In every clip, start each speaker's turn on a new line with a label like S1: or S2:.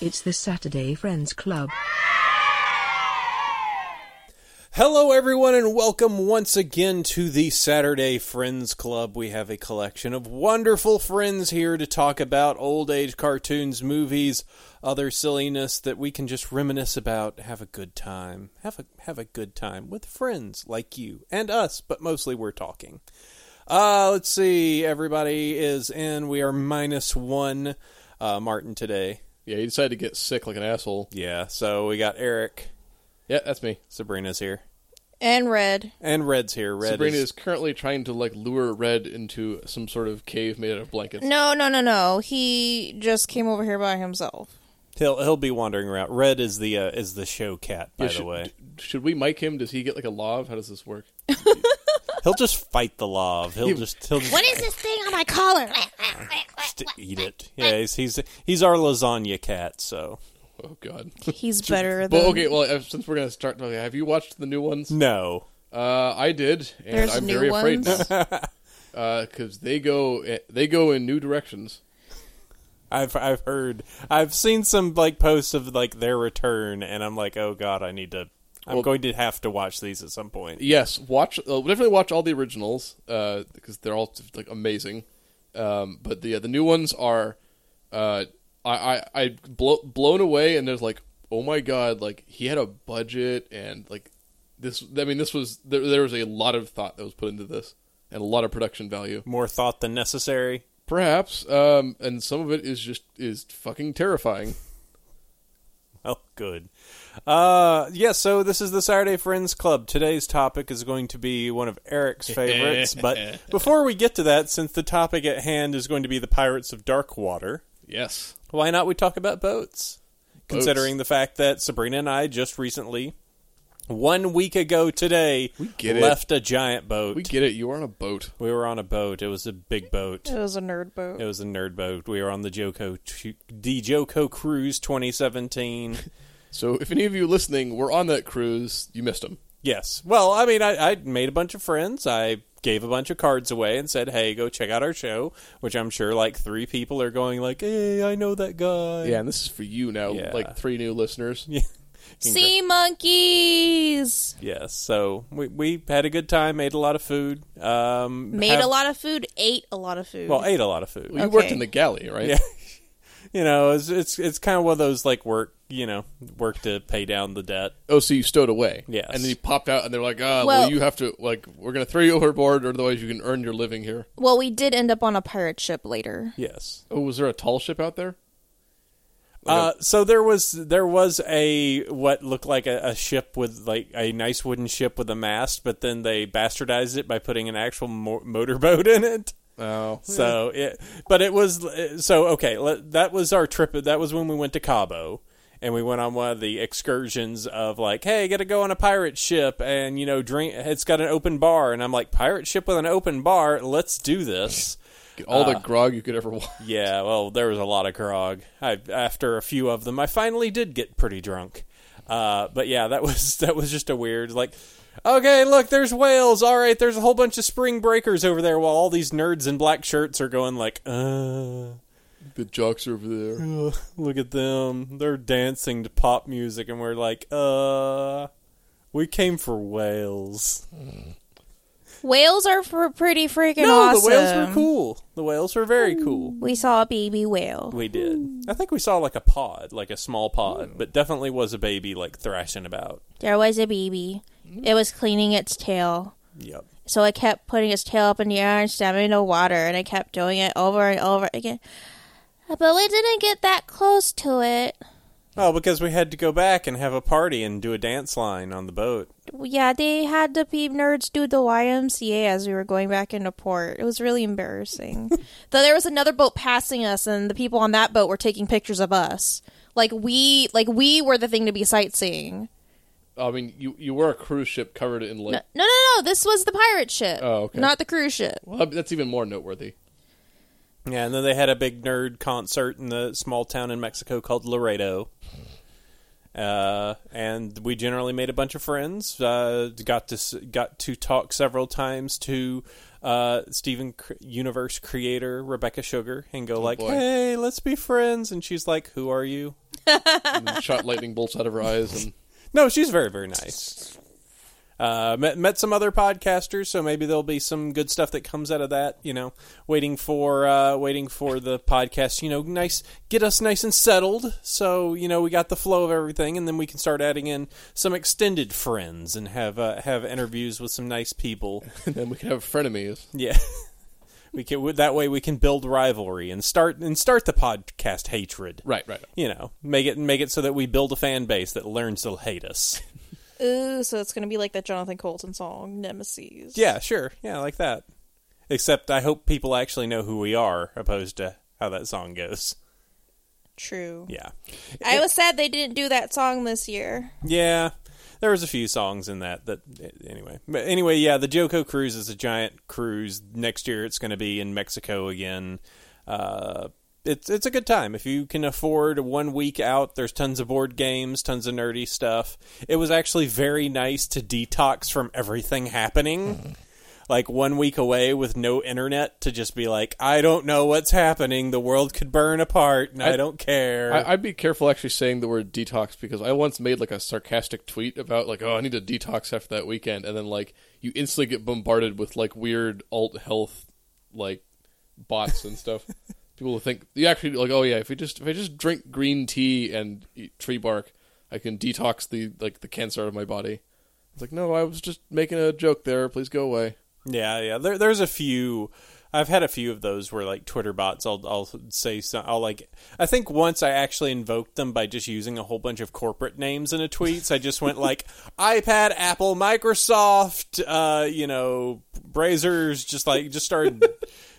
S1: It's the Saturday Friends Club.
S2: Hello, everyone, and welcome once again to the Saturday Friends Club. We have a collection of wonderful friends here to talk about old age cartoons, movies, other silliness that we can just reminisce about, have a good time, have a have a good time with friends like you and us, but mostly we're talking. Uh, let's see, everybody is in. We are minus one, uh, Martin today.
S3: Yeah, he decided to get sick like an asshole.
S2: Yeah, so we got Eric.
S3: Yeah, that's me.
S2: Sabrina's here.
S4: And red.
S2: And Red's here. Red
S3: Sabrina
S2: is,
S3: is... currently trying to like lure Red into some sort of cave made out of blankets.
S4: No, no, no, no. He just came over here by himself.
S2: he'll he'll be wandering around. Red is the uh, is the show cat, by
S3: Yeah,
S2: the
S3: should,
S2: way.
S3: d- should we mic him? Does he get like a lav? How does this work?
S2: He'll just fight the love. He'll
S3: He-
S2: just he'll just
S5: What is this thing on my collar?
S2: just eat it. Yeah, he's, he's he's our lasagna cat. So
S3: Oh God.
S4: He's better than.
S3: Well, okay. Well, uh, since we're gonna start, okay, have you watched the new ones?
S2: no,
S3: Uh, I did, and
S4: Mm. There's
S3: I'm
S4: new
S3: very
S4: ones?
S3: afraid because they go eh, they go in new directions.
S2: I've I've heard I've seen some like posts of like their return, and I'm like, oh god, I need to. I'm
S3: Well-
S2: going to have to watch these at some point.
S3: Yes, watch uh, definitely watch all the originals because they're all like amazing. Um, but the the new ones are, uh, I I, I blow, blown away, and there's like, oh my god, like he had a budget and like this. I mean, this was there, there was a lot of thought that was put into this and a lot of production value,
S2: More thought than necessary.
S3: perhaps. Um, and some of it is just is fucking terrifying.
S2: Oh, good. Uh, yeah, so this is the Saturday Friends Club. Today's topic is going to be one of Eric's favorites. but before we get to that, since the topic at hand is going to be the Pirates of Darkwater,
S3: Yes,
S2: why not we talk about boats? Considering
S3: Boats.
S2: the fact that Sabrina and I just recently, one week ago today,
S3: We get it.
S2: left a giant boat.
S3: we get it. You are on a boat.
S2: We were on a boat. It was a big boat.
S4: It was a nerd boat.
S2: It was a nerd boat. We were on the Joco, the Joco Cruise 2017.
S3: So if any of you listening were on that cruise, you missed him.
S2: Yes. Well, I mean, I, I made a bunch of friends. I gave a bunch of cards away and said, "Hey, go check out our show," which I'm sure like three people are going like, "Hey, I know that guy."
S3: Yeah, and this is for you now,
S2: Yeah.
S3: like three new listeners.
S2: Yeah.
S4: sea monkeys!
S2: Yes. So we we had a good time. Ate a lot of food. Um,
S4: Made
S2: have-
S4: a lot of food, ate a lot of food.
S2: Well, ate a lot of food.
S3: Well, you worked
S4: Okay.
S3: in the galley, right?
S2: Yeah. You know, it's it's, it's kind of one of those like work. You know, work to pay down the debt.
S3: Oh, so you stowed away.
S2: Yes.
S3: And then you popped out, and they're like, ah, well,
S4: Well-
S3: you have to, like, we're going to throw you overboard, or otherwise you can earn your living here.
S4: Well, we did end up on a pirate ship later.
S2: Yes.
S3: Oh, was there a tall ship out there?
S2: Uh, so there was there was a what looked like a, a ship with like a nice wooden ship with a mast, but then they bastardized it by putting an actual mo- motorboat in it.
S3: Oh.
S2: So it, but it was so okay. Let, that was our trip. That was when we went to Cabo, and we went on one of the excursions of like, hey, got to go on a pirate ship, and you know, drink. It's got an open bar, and I'm like, pirate ship with an open bar. Let's do this.
S3: All
S2: Uh.
S3: the grog you could ever want.
S2: Yeah, well, there was a lot of grog. I, after a few of them, I finally did get pretty drunk. Uh, but yeah, that was that was just a weird like. Okay, look, there's whales. All right, there's a whole bunch of spring breakers over there, while all these nerds in black shirts are going like, uh,
S3: The jocks are over there.
S2: uh, look at them. They're dancing to pop music, and we're like, uh, we came for whales.
S4: Whales are fr- pretty freaking
S2: no,
S4: awesome.
S2: the whales were cool. The whales were very cool.
S4: We saw a baby whale.
S2: We did. I think we saw like a pod, like a small pod, but definitely was a baby like thrashing about.
S4: There was a baby. It was cleaning its tail.
S2: Yep.
S4: So I kept putting its tail up in the air and stabbing it in the water, and I kept doing it over and over again. But we didn't get that close to it.
S2: Oh, because we had to go back and have a party and do a dance line on the boat.
S4: Yeah, they had the peep nerds do the YMCA as we were going back into port. It was really embarrassing. Though there was another boat passing us, and the people on that boat were taking pictures of us. Like we, like we were the thing to be sightseeing.
S3: I mean, you, you were a cruise ship covered in, like,
S4: No, no, no, no. This was the pirate ship.
S3: Oh, okay.
S4: Not the cruise ship.
S3: well, that's even more noteworthy.
S2: Yeah, and then they had a big nerd concert in the small town in Mexico called Laredo. Uh, and we generally made a bunch of friends. Uh, got to s- got to talk several times to uh, Steven C- Universe creator Rebecca Sugar and go like,
S3: boy.
S2: "Hey, let's be friends." And she's like, "Who are you?"
S3: and shot lightning bolts out of her eyes. And
S2: No, she's very, very nice. Uh, met, met some other podcasters, so maybe there'll be some good stuff that comes out of that. You know, waiting for uh, waiting for the podcast. You know, nice get us nice and settled, so you know we got the flow of everything, and then we can start adding in some extended friends and have uh, have interviews with some nice people.
S3: then we can have frenemies.
S2: Yeah, we can that way we can build rivalry and start and start the podcast hatred.
S3: Right, right.
S2: You know, make it make it so that we build a fan base that learns to hate us.
S4: Ooh, so it's gonna be like that Jonathan Colton song, Nemesis.
S2: Yeah, sure. Yeah, like that. Except I hope people actually know who we are, opposed to how that song goes.
S4: True.
S2: Yeah.
S4: I was sad they didn't do that song this year.
S2: Yeah. There was a few songs in that that anyway. But anyway, yeah, the Joko cruise is a giant cruise. Next year it's going to be in Mexico again. Uh it's it's a good time if you can afford one week out. There's tons of board games, tons of nerdy stuff. It was actually very nice to detox from everything happening. Like one week away with no internet to just be like, I don't know what's happening. The world could burn apart, and I,
S3: I-
S2: don't care.
S3: I, I'd be careful actually saying the word detox because I once made like a sarcastic tweet about like, oh, I need to detox after that weekend, and then like you instantly get bombarded with like weird alt health like bots and stuff. People who think you actually like, oh yeah, if we just if I just drink green tea and eat tree bark, I can detox the like the cancer out of my body. It's like, no, I was just making a joke there. Please go away.
S2: Yeah, yeah. There, there's a few. I've had a few of those where like Twitter bots. I'll, I'll say some. I'll like. I think once I actually invoked them by just using a whole bunch of corporate names in a tweet. So I just went like iPad, Apple, Microsoft. Uh, you know, Brazers. Just like just started.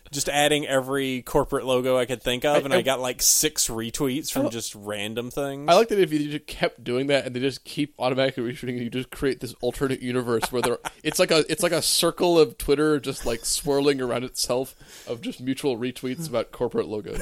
S2: Just adding every corporate logo I could think of, and I,
S3: I-
S2: got like six retweets from just random things.
S3: I like that if you just kept doing that and they just keep automatically reshooting, you just create this alternate universe where they're it's like a it's like a circle of Twitter just like swirling around itself of just mutual retweets about corporate logos.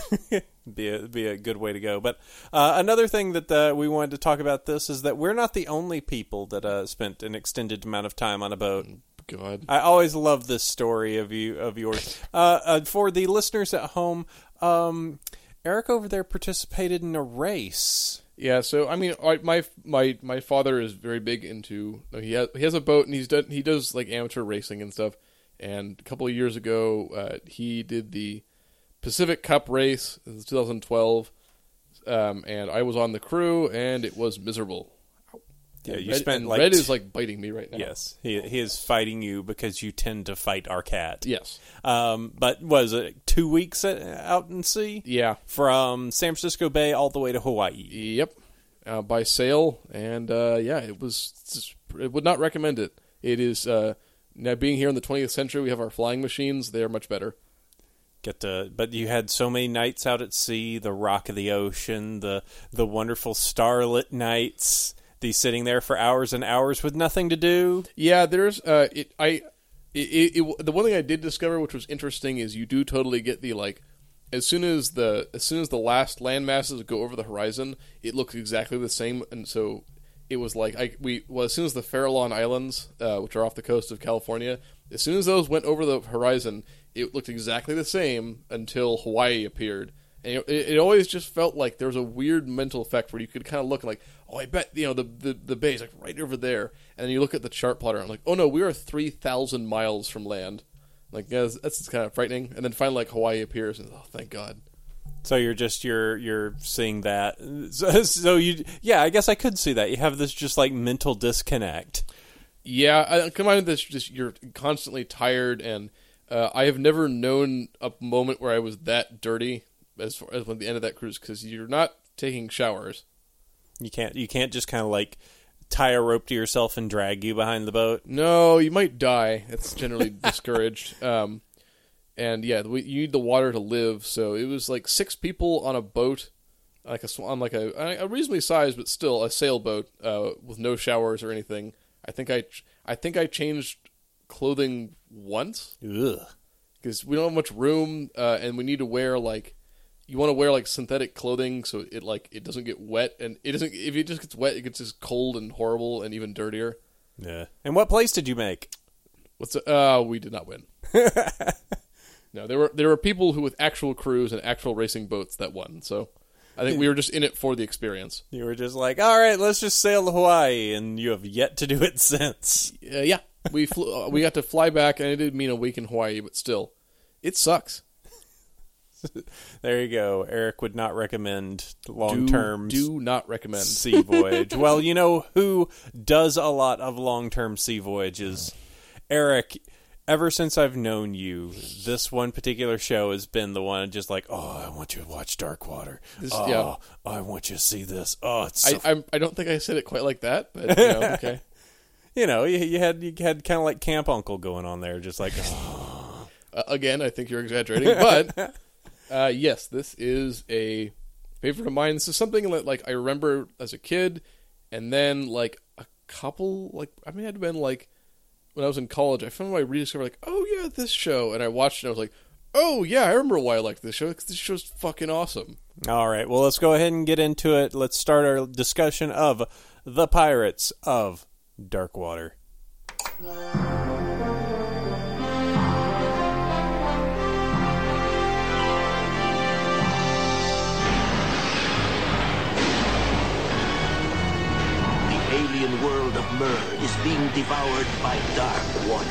S2: be a, be a good way to go. But uh, another thing that uh, we wanted to talk about this is that we're not the only people that uh, spent an extended amount of time on a boat.
S3: Mm. God,
S2: I always love this story of you of yours. Uh, uh, for the listeners at home, um, Eric over there participated in a race.
S3: yeah. So I mean, I, my my my father is very big into he has he has a boat and he's done he does like amateur racing and stuff. And a couple of years ago, uh, he did the Pacific Cup race. It was 2012, um, and I was on the crew, and it was miserable.
S2: Yeah, you
S3: red,
S2: spent
S3: and
S2: like
S3: red
S2: t-
S3: is like biting me right now.
S2: yes, he he is fighting you because you tend to fight our cat.
S3: Yes.
S2: Um, but was it two weeks at, out in sea?
S3: Yeah.
S2: From San Francisco Bay all the way to Hawaii.
S3: Yep. Uh, by sale, and uh, yeah, it was. it's just- It would not recommend it. It is uh, now being here in the 20th century. We have our flying machines. They are much better.
S2: get to but you had so many nights out at sea the rock of the ocean the the wonderful starlit nights the sitting there for hours and hours with nothing to do
S3: Yeah, there's. Uh, it I. It, it, it, the one thing I did discover, which was interesting, is you do totally get the like. As soon as the as soon as the last land masses go over the horizon, it looks exactly the same, and so it was like I we well as soon as the Farallon Islands, uh, which are off the coast of California, as soon as those went over the horizon, it looked exactly the same until Hawaii appeared, and it, it always just felt like there was a weird mental effect where you could kind of look and like, oh, I bet you know the the, the bay is like right over there, and then you look at the chart plotter and I'm like, oh no, we are three thousand miles from land. Like yeah, that's, that's kind of frightening. And then finally, like Hawaii appears, and oh, thank God.
S2: so you're just you're you're seeing that so, so you yeah i guess i could see that you have this just like mental disconnect
S3: Yeah, I, combined with this, just you're constantly tired, and uh, I have never known a moment where I was that dirty as far as when the end of that cruise because you're not taking showers.
S2: you can't you can't just kind of like tie a rope to yourself and drag you behind the boat
S3: No, you might die. It's generally discouraged. Um, and yeah, we, you need the water to live. So it was like six people on a boat, like a sw- on like a, a reasonably sized but still a sailboat uh, with no showers or anything. I think I ch- I think I changed clothing once.
S2: Ugh.
S3: because we don't have much room, uh, and we need to wear like you want to wear like synthetic clothing so it like it doesn't get wet, and it doesn't. If it just gets wet, it gets just cold and horrible and even dirtier.
S2: yeah and what place did you make
S3: What's uh, we did not win. no, there were there were people who with actual crews and actual racing boats that won. So I think we were just in it for the experience.
S2: You were just like, all right, let's just sail to Hawaii, and you have yet to do it since.
S3: Uh, yeah, we flew, uh, we got to fly back, and it did mean a week in Hawaii, but still, it sucks.
S2: There you go. Eric would not recommend long term
S3: do not recommend.
S2: sea voyage. well, you know who does a lot of long term sea voyages? Eric. Ever since I've known you, this one particular show has been the one just like, oh, I want you to watch Dark Water.
S3: This-
S2: oh,
S3: yeah.
S2: I want you to see this. Oh, it's so
S3: I, I I don't think I said it quite like that, but you know, okay.
S2: you know, you, you had you had kind of like Camp Uncle going on there, just like oh,
S3: Uh, again, I think you're exaggerating, but uh, yes, this is a favorite of mine. This is something that like I remember as a kid, and then like a couple like I mean, I'd been like when I was in college, I found I rediscovered like, oh yeah, this show, and I watched it. and I was like, oh yeah, I remember why I liked this show because this show's fucking awesome.
S2: all right. Well, let's go ahead and get into it. Let's start our discussion of the Pirates of Darkwater.
S6: The alien world of Myrrh is being devoured by dark water.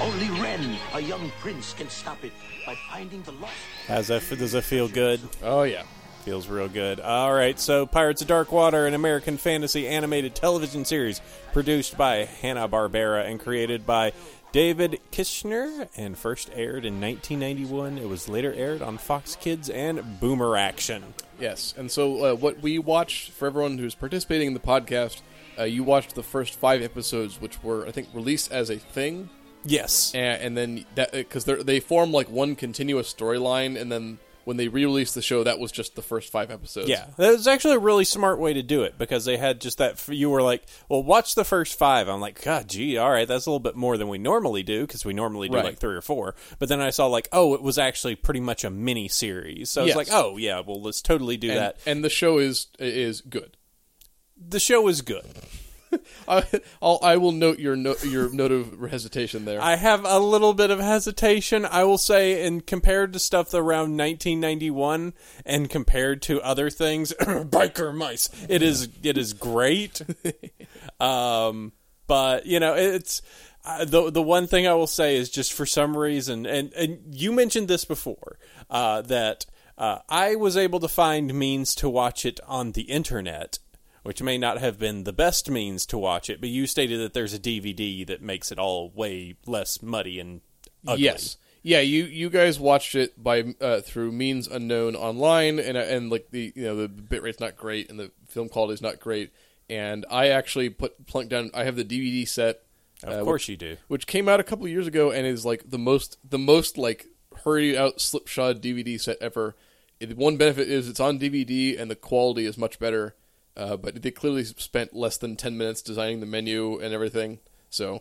S6: Only Ren, a young prince, can stop it by finding the lost.
S2: How's that? f- Does it feel good?
S3: Oh yeah,
S2: Feels real good. All right. So, Pirates of Darkwater, an American fantasy animated television series produced by Hanna Barbera and created by David Kishner, and first aired in 1991. It was later aired on Fox Kids and Boomer Action.
S3: yes. And so uh, what we watched for everyone who's participating in the podcast, uh, you watched the first five episodes, which were I think released as a thing.
S2: Yes.
S3: and, and then that because they they form like one continuous storyline, and then when they re-released the show, that was just the first five episodes.
S2: Yeah, that was actually a really smart way to do it because they had just that. You were like, "Well, watch the first five. I'm like, "God, gee, all right, that's a little bit more than we normally do because we normally do
S3: Right.
S2: like three or four. But then I saw like, "Oh, it was actually pretty much a mini series." So I
S3: Yes.
S2: was like, "Oh yeah, well, let's totally do
S3: and,
S2: that."
S3: and the show is is good.
S2: The show is good.
S3: I, I'll, I will note your no, your note of hesitation there.
S2: I have a little bit of hesitation. I will say, and compared to stuff around 1991, and compared to other things, biker mice, it is it is great. um, but you know, it's uh, the the one thing I will say is just for some reason, and and you mentioned this before uh, that uh, I was able to find means to watch it on the internet. Which may not have been the best means to watch it, but you stated that there's a DVD that makes it all way less muddy and ugly.
S3: Yes. Yeah, you, you guys watched it by uh, through means unknown online, and uh, and like the you know the bit rate's not great, and the film quality's not great. And I actually put plunked down. I have the DVD set,
S2: Of
S3: uh,
S2: course
S3: which-
S2: you do.
S3: which came out a couple years ago and is like the most the most like hurried out slipshod DVD set ever. It, one benefit is it's on DVD and the quality is much better. Uh, but they clearly spent less than ten minutes designing the menu and everything, so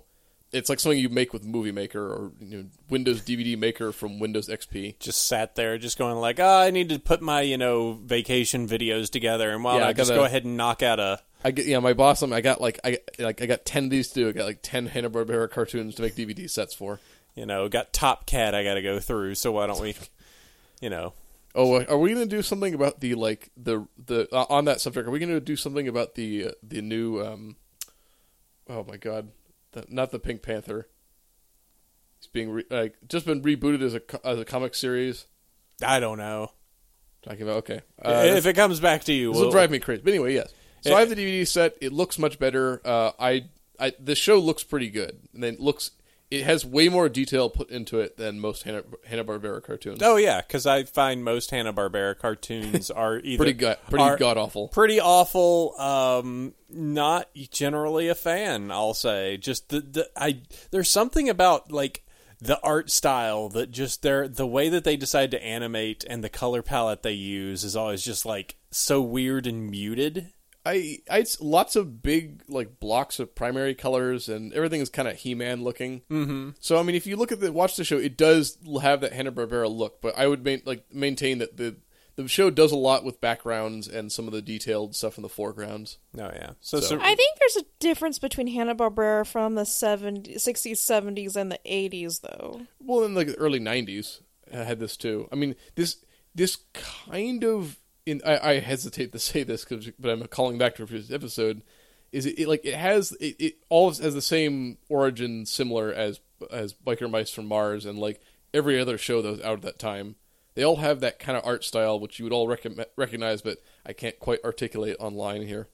S3: it's like something you make with Movie Maker or you know, Windows DVD Maker from Windows XP.
S2: just sat there just going like oh, i need to put my you know vacation videos together and why
S3: Yeah,
S2: don't
S3: I
S2: i just
S3: gotta-
S2: go ahead and knock out a
S3: I get, yeah, my boss. I'm, I got like I like I got ten of these to do. I got like ten Hanna Barbera cartoons to make DVD sets for.
S2: you know got top cat i gotta go through so why don't we you know
S3: Oh, uh, are we going to do something about the like the the uh, on that subject? Are we going to do something about the uh, the new? um Oh my god, the, not the Pink Panther. It's being re- like just been rebooted as a co- as a comic series.
S2: i don't know
S3: Talking about okay, uh,
S2: if it comes back to you
S3: this
S2: we'll,
S3: will drive me crazy. But anyway, yes. So
S2: Yeah.
S3: I have the DVD set. It looks much better. Uh, I I the show looks pretty good, and then it looks it has way more detail put into it than most Hanna Hanna Barbera cartoons.
S2: oh yeah because i find most hanna-barbera cartoons are either
S3: Pretty god, pretty
S2: are
S3: god awful.
S2: pretty awful um not generally a fan i'll say just the, the i there's something about like the art style that just their the way that they decide to animate and the color palette they use is always just like so weird and muted
S3: I, I it's lots of big like blocks of primary colors and everything is kind of He-Man looking. Mm-hmm. So I mean, if you look at the watch the show, it does l- have that Hanna Barbera look, but I would main, like maintain that the the show does a lot with backgrounds and some of the detailed stuff in the foregrounds.
S2: oh yeah so, so,
S4: I think there's a difference between Hanna Barbera from the 70s, 60s, 70s, and the 80s, though.
S3: Well, in like the early '90s, I had this too. I mean, this this kind of in I, I hesitate to say this 'cause- but I'm calling back to a previous episode. Is it, it like it has it, it all has the same origin similar as as Biker Mice from Mars and like every other show that was out at that time. They all have that kind of art style which you would all recom- recognize, but I can't quite articulate online here.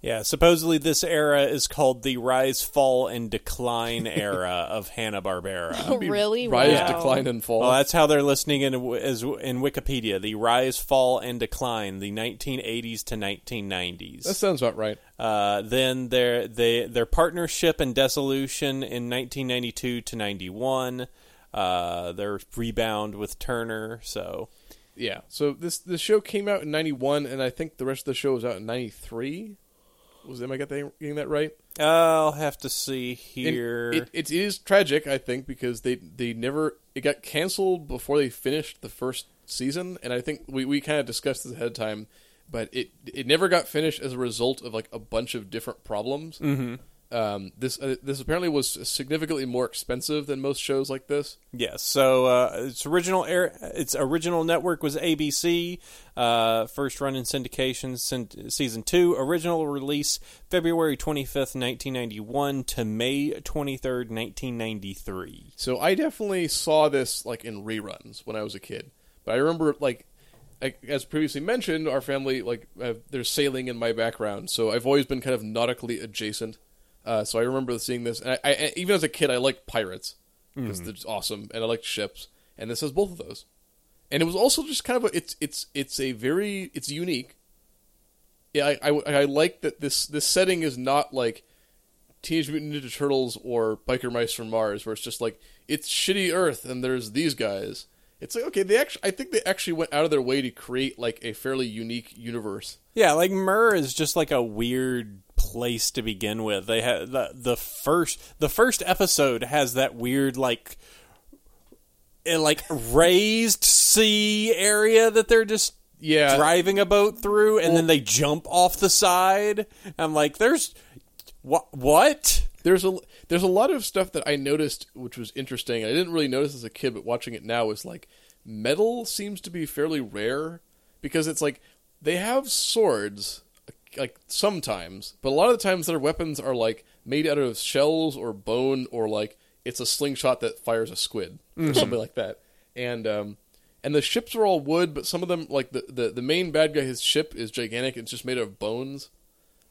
S2: Yeah, supposedly this era is called the rise, fall, and decline era of Hanna Barbera.
S4: really?
S3: Rise,
S4: Wow.
S3: decline, and fall.
S2: Well, that's how they're listening in as in Wikipedia. The rise, fall, and decline, the 1980s to 1990s.
S3: that sounds about right.
S2: Uh, then their they, their partnership and dissolution in 1992 to 91. Uh, their rebound with Turner. So
S3: Yeah. So this the show came out in '91, and I think the rest of the show was out in '93. Was am I got that- getting that right?
S2: I'll have to see
S3: And
S2: here.
S3: It, it is tragic, I think, because they they never it got canceled before they finished the first season, and I think we, we kind of discussed this ahead of time, but it it never got finished as a result of like a bunch of different problems. Mm-hmm. Um, this uh, this apparently was significantly more expensive than most shows like this.
S2: Yes. So uh, its original air, its original network was ABC. Uh, first run in syndication, sin- season two. Original release February twenty fifth, nineteen ninety one to May twenty third, nineteen ninety three.
S3: So I definitely saw this like in reruns when I was a kid. But I remember like I, as previously mentioned, our family like have, there's sailing in my background, so I've always been kind of nautically adjacent. Uh, so I remember seeing this, and I, I even as a kid I liked pirates because they're just awesome, and I liked ships, and this has both of those. And it was also just kind of a, it's it's it's a very it's unique. Yeah, I, I, I like that this this setting is not like Teenage Mutant Ninja Turtles or Biker Mice from Mars, where it's just like it's shitty Earth and there's these guys. It's like okay, they actually I think they actually went out of their way to create like a fairly unique universe.
S2: Yeah, like Myrrh is just like a weird place to begin with. They had the the first the first episode has that weird like eh, like raised sea area that they're just
S3: Yeah.
S2: driving a boat through and then they jump off the side. I'm like there's what what?
S3: There's a there's a lot of stuff that I noticed which was interesting. and I didn't really notice as a kid, but watching it now is like metal seems to be fairly rare because it's like they have swords like sometimes, but a lot of the times their weapons are like made out of shells or bone or like it's a slingshot that fires a squid or something like that. And um and the ships are all wood, but some of them like the the, the main bad guy his ship is gigantic. It's just made out of bones.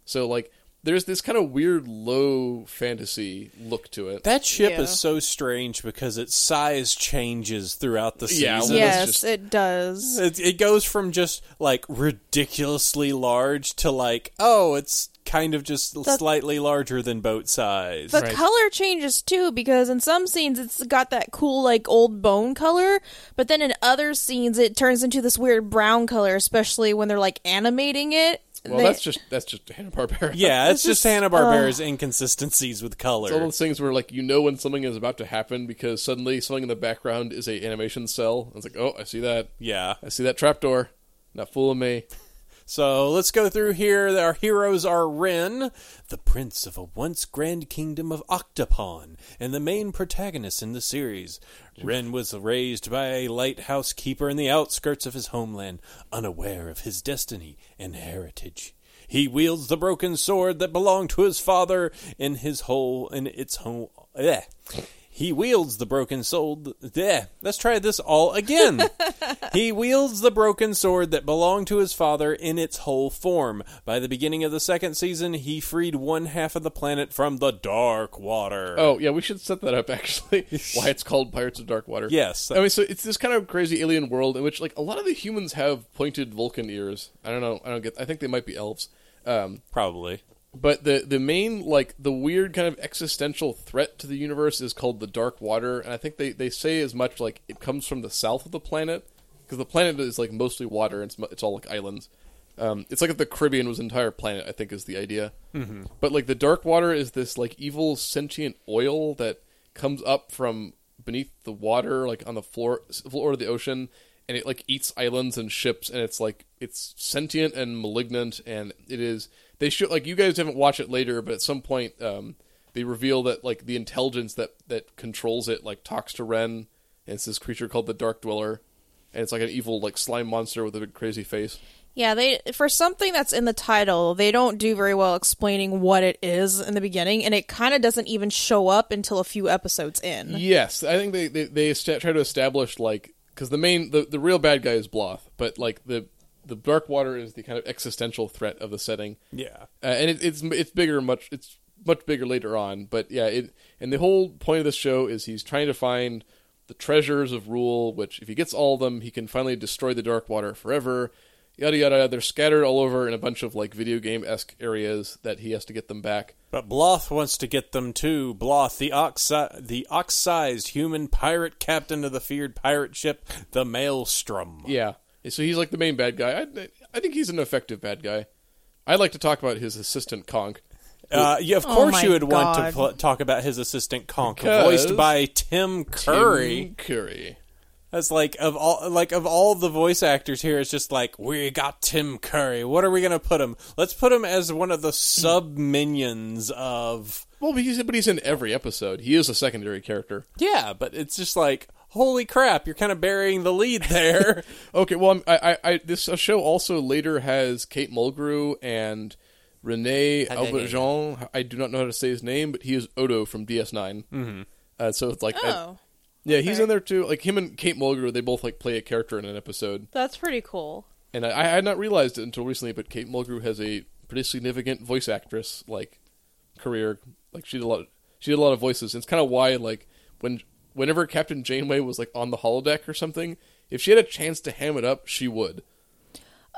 S3: So like there's this kind of weird low fantasy look to it.
S2: That ship
S4: Yeah.
S2: is so strange because its size changes throughout the season.
S3: Yeah, well, that's
S4: Yes,
S3: just-
S4: it does.
S2: It, it goes from just like ridiculously large to like oh, it's kind of just slightly larger than boat size.
S4: The color changes too because in some scenes it's got that cool like old bone color, but then in other scenes it turns into this weird brown color, especially when they're like animating it.
S3: well,
S4: They-
S3: that's just that's just Hanna Barbera.
S2: yeah, it's
S4: This
S2: just
S4: is- uh,
S2: Hanna Barbera's inconsistencies with color.
S3: It's all those things where like you know when something is about to happen because suddenly something in the background is a animation cell. It's like, oh, I see that.
S2: yeah.
S3: I see that trapdoor. Not fooling me.
S2: So let's go through here. Our heroes are Ren, the prince of a once grand kingdom of Octapon, and the main protagonist in the series. Ren was raised by a lighthouse keeper in the outskirts of his homeland, unaware of his destiny and heritage. He wields the broken sword that belonged to his father in his whole in its home. eh. He wields the broken sword. Yeah, let's try this all again. he wields the broken sword that belonged to his father in its whole form. By the beginning of the second season, he freed one half of the planet from the dark water.
S3: Oh yeah, we should set that up actually. Why it's called Pirates of Dark Water?
S2: Yes.
S3: I mean, so it's this kind of crazy alien world in which like a lot of the humans have pointed Vulcan ears. I don't know. I don't get. I think they might be elves. Um,
S2: probably.
S3: But the the main like the weird kind of existential threat to the universe is called the dark water, and I think they, they say as much like it comes from the south of the planet because the planet is like mostly water and it's, mo- it's all like islands. Um, it's like if the Caribbean was an entire planet. I think is the idea. Mm-hmm. But like the dark water is this like evil sentient oil that comes up from beneath the water, like on the floor floor of the ocean, and it like eats islands and ships, and it's like it's sentient and malignant, and it is. They should like you guys haven't watched it later, but at some point, um, they reveal that like the intelligence that that controls it like talks to Ren, and it's this creature called the Dark Dweller, and it's like an evil like slime monster with a big crazy face.
S4: Yeah, they for something that's in the title, they don't do very well explaining what it is in the beginning, and it kind of doesn't even show up until a few episodes in.
S3: Yes, I think they they, they esta- try to establish like because the main the, the real bad guy is Bloth, but like the the dark water is the kind of existential threat of the setting.
S2: Yeah.
S3: uh, and it, it's it's bigger, much it's much bigger later on. But yeah, it and the whole point of this show is he's trying to find the treasures of rule, which if he gets all of them, he can finally destroy the dark water forever. Yada yada. yada. They're scattered all over in a bunch of like video game esque areas that he has to get them back.
S2: But Bloth wants to get them too. Bloth, the oxi- the ox-sized human pirate captain of the feared pirate ship, the Maelstrom.
S3: Yeah. So he's like the main bad guy. I, I think he's an effective bad guy. I'd like to talk about his assistant Conk.
S2: Uh, yeah, of
S4: Oh
S2: course
S4: my
S2: you would want to
S4: God.
S2: pl- talk about his assistant Conk,
S3: Because-
S2: voiced by Tim Curry.
S3: Tim Curry.
S2: That's like of all like of all the voice actors here, it's just like we got Tim Curry. What are we gonna put him? Let's put him as one of the sub minions of
S3: Well, but he's but he's in every episode. He is a secondary character.
S2: yeah. But it's just like holy crap, you're kind of burying the lead there.
S3: Okay, well, I'm- I, I, I this show also later has Kate Mulgrew and Rene Auberjon. I do not know how to say his name, but he is Odo from DS9. Mm-hmm. Uh, so it's like, I-
S4: Oh,
S3: yeah, he's in there too. Like him and Kate Mulgrew, they both like play a character in an episode,
S4: that's pretty cool.
S3: and I, I had not realized it until recently. But Kate Mulgrew has a pretty significant voice actress like career. Like she did a lot. she did a lot of voices. It's kind of why like when whenever Captain Janeway was like on the holodeck or something, if she had a chance to ham it up, she would.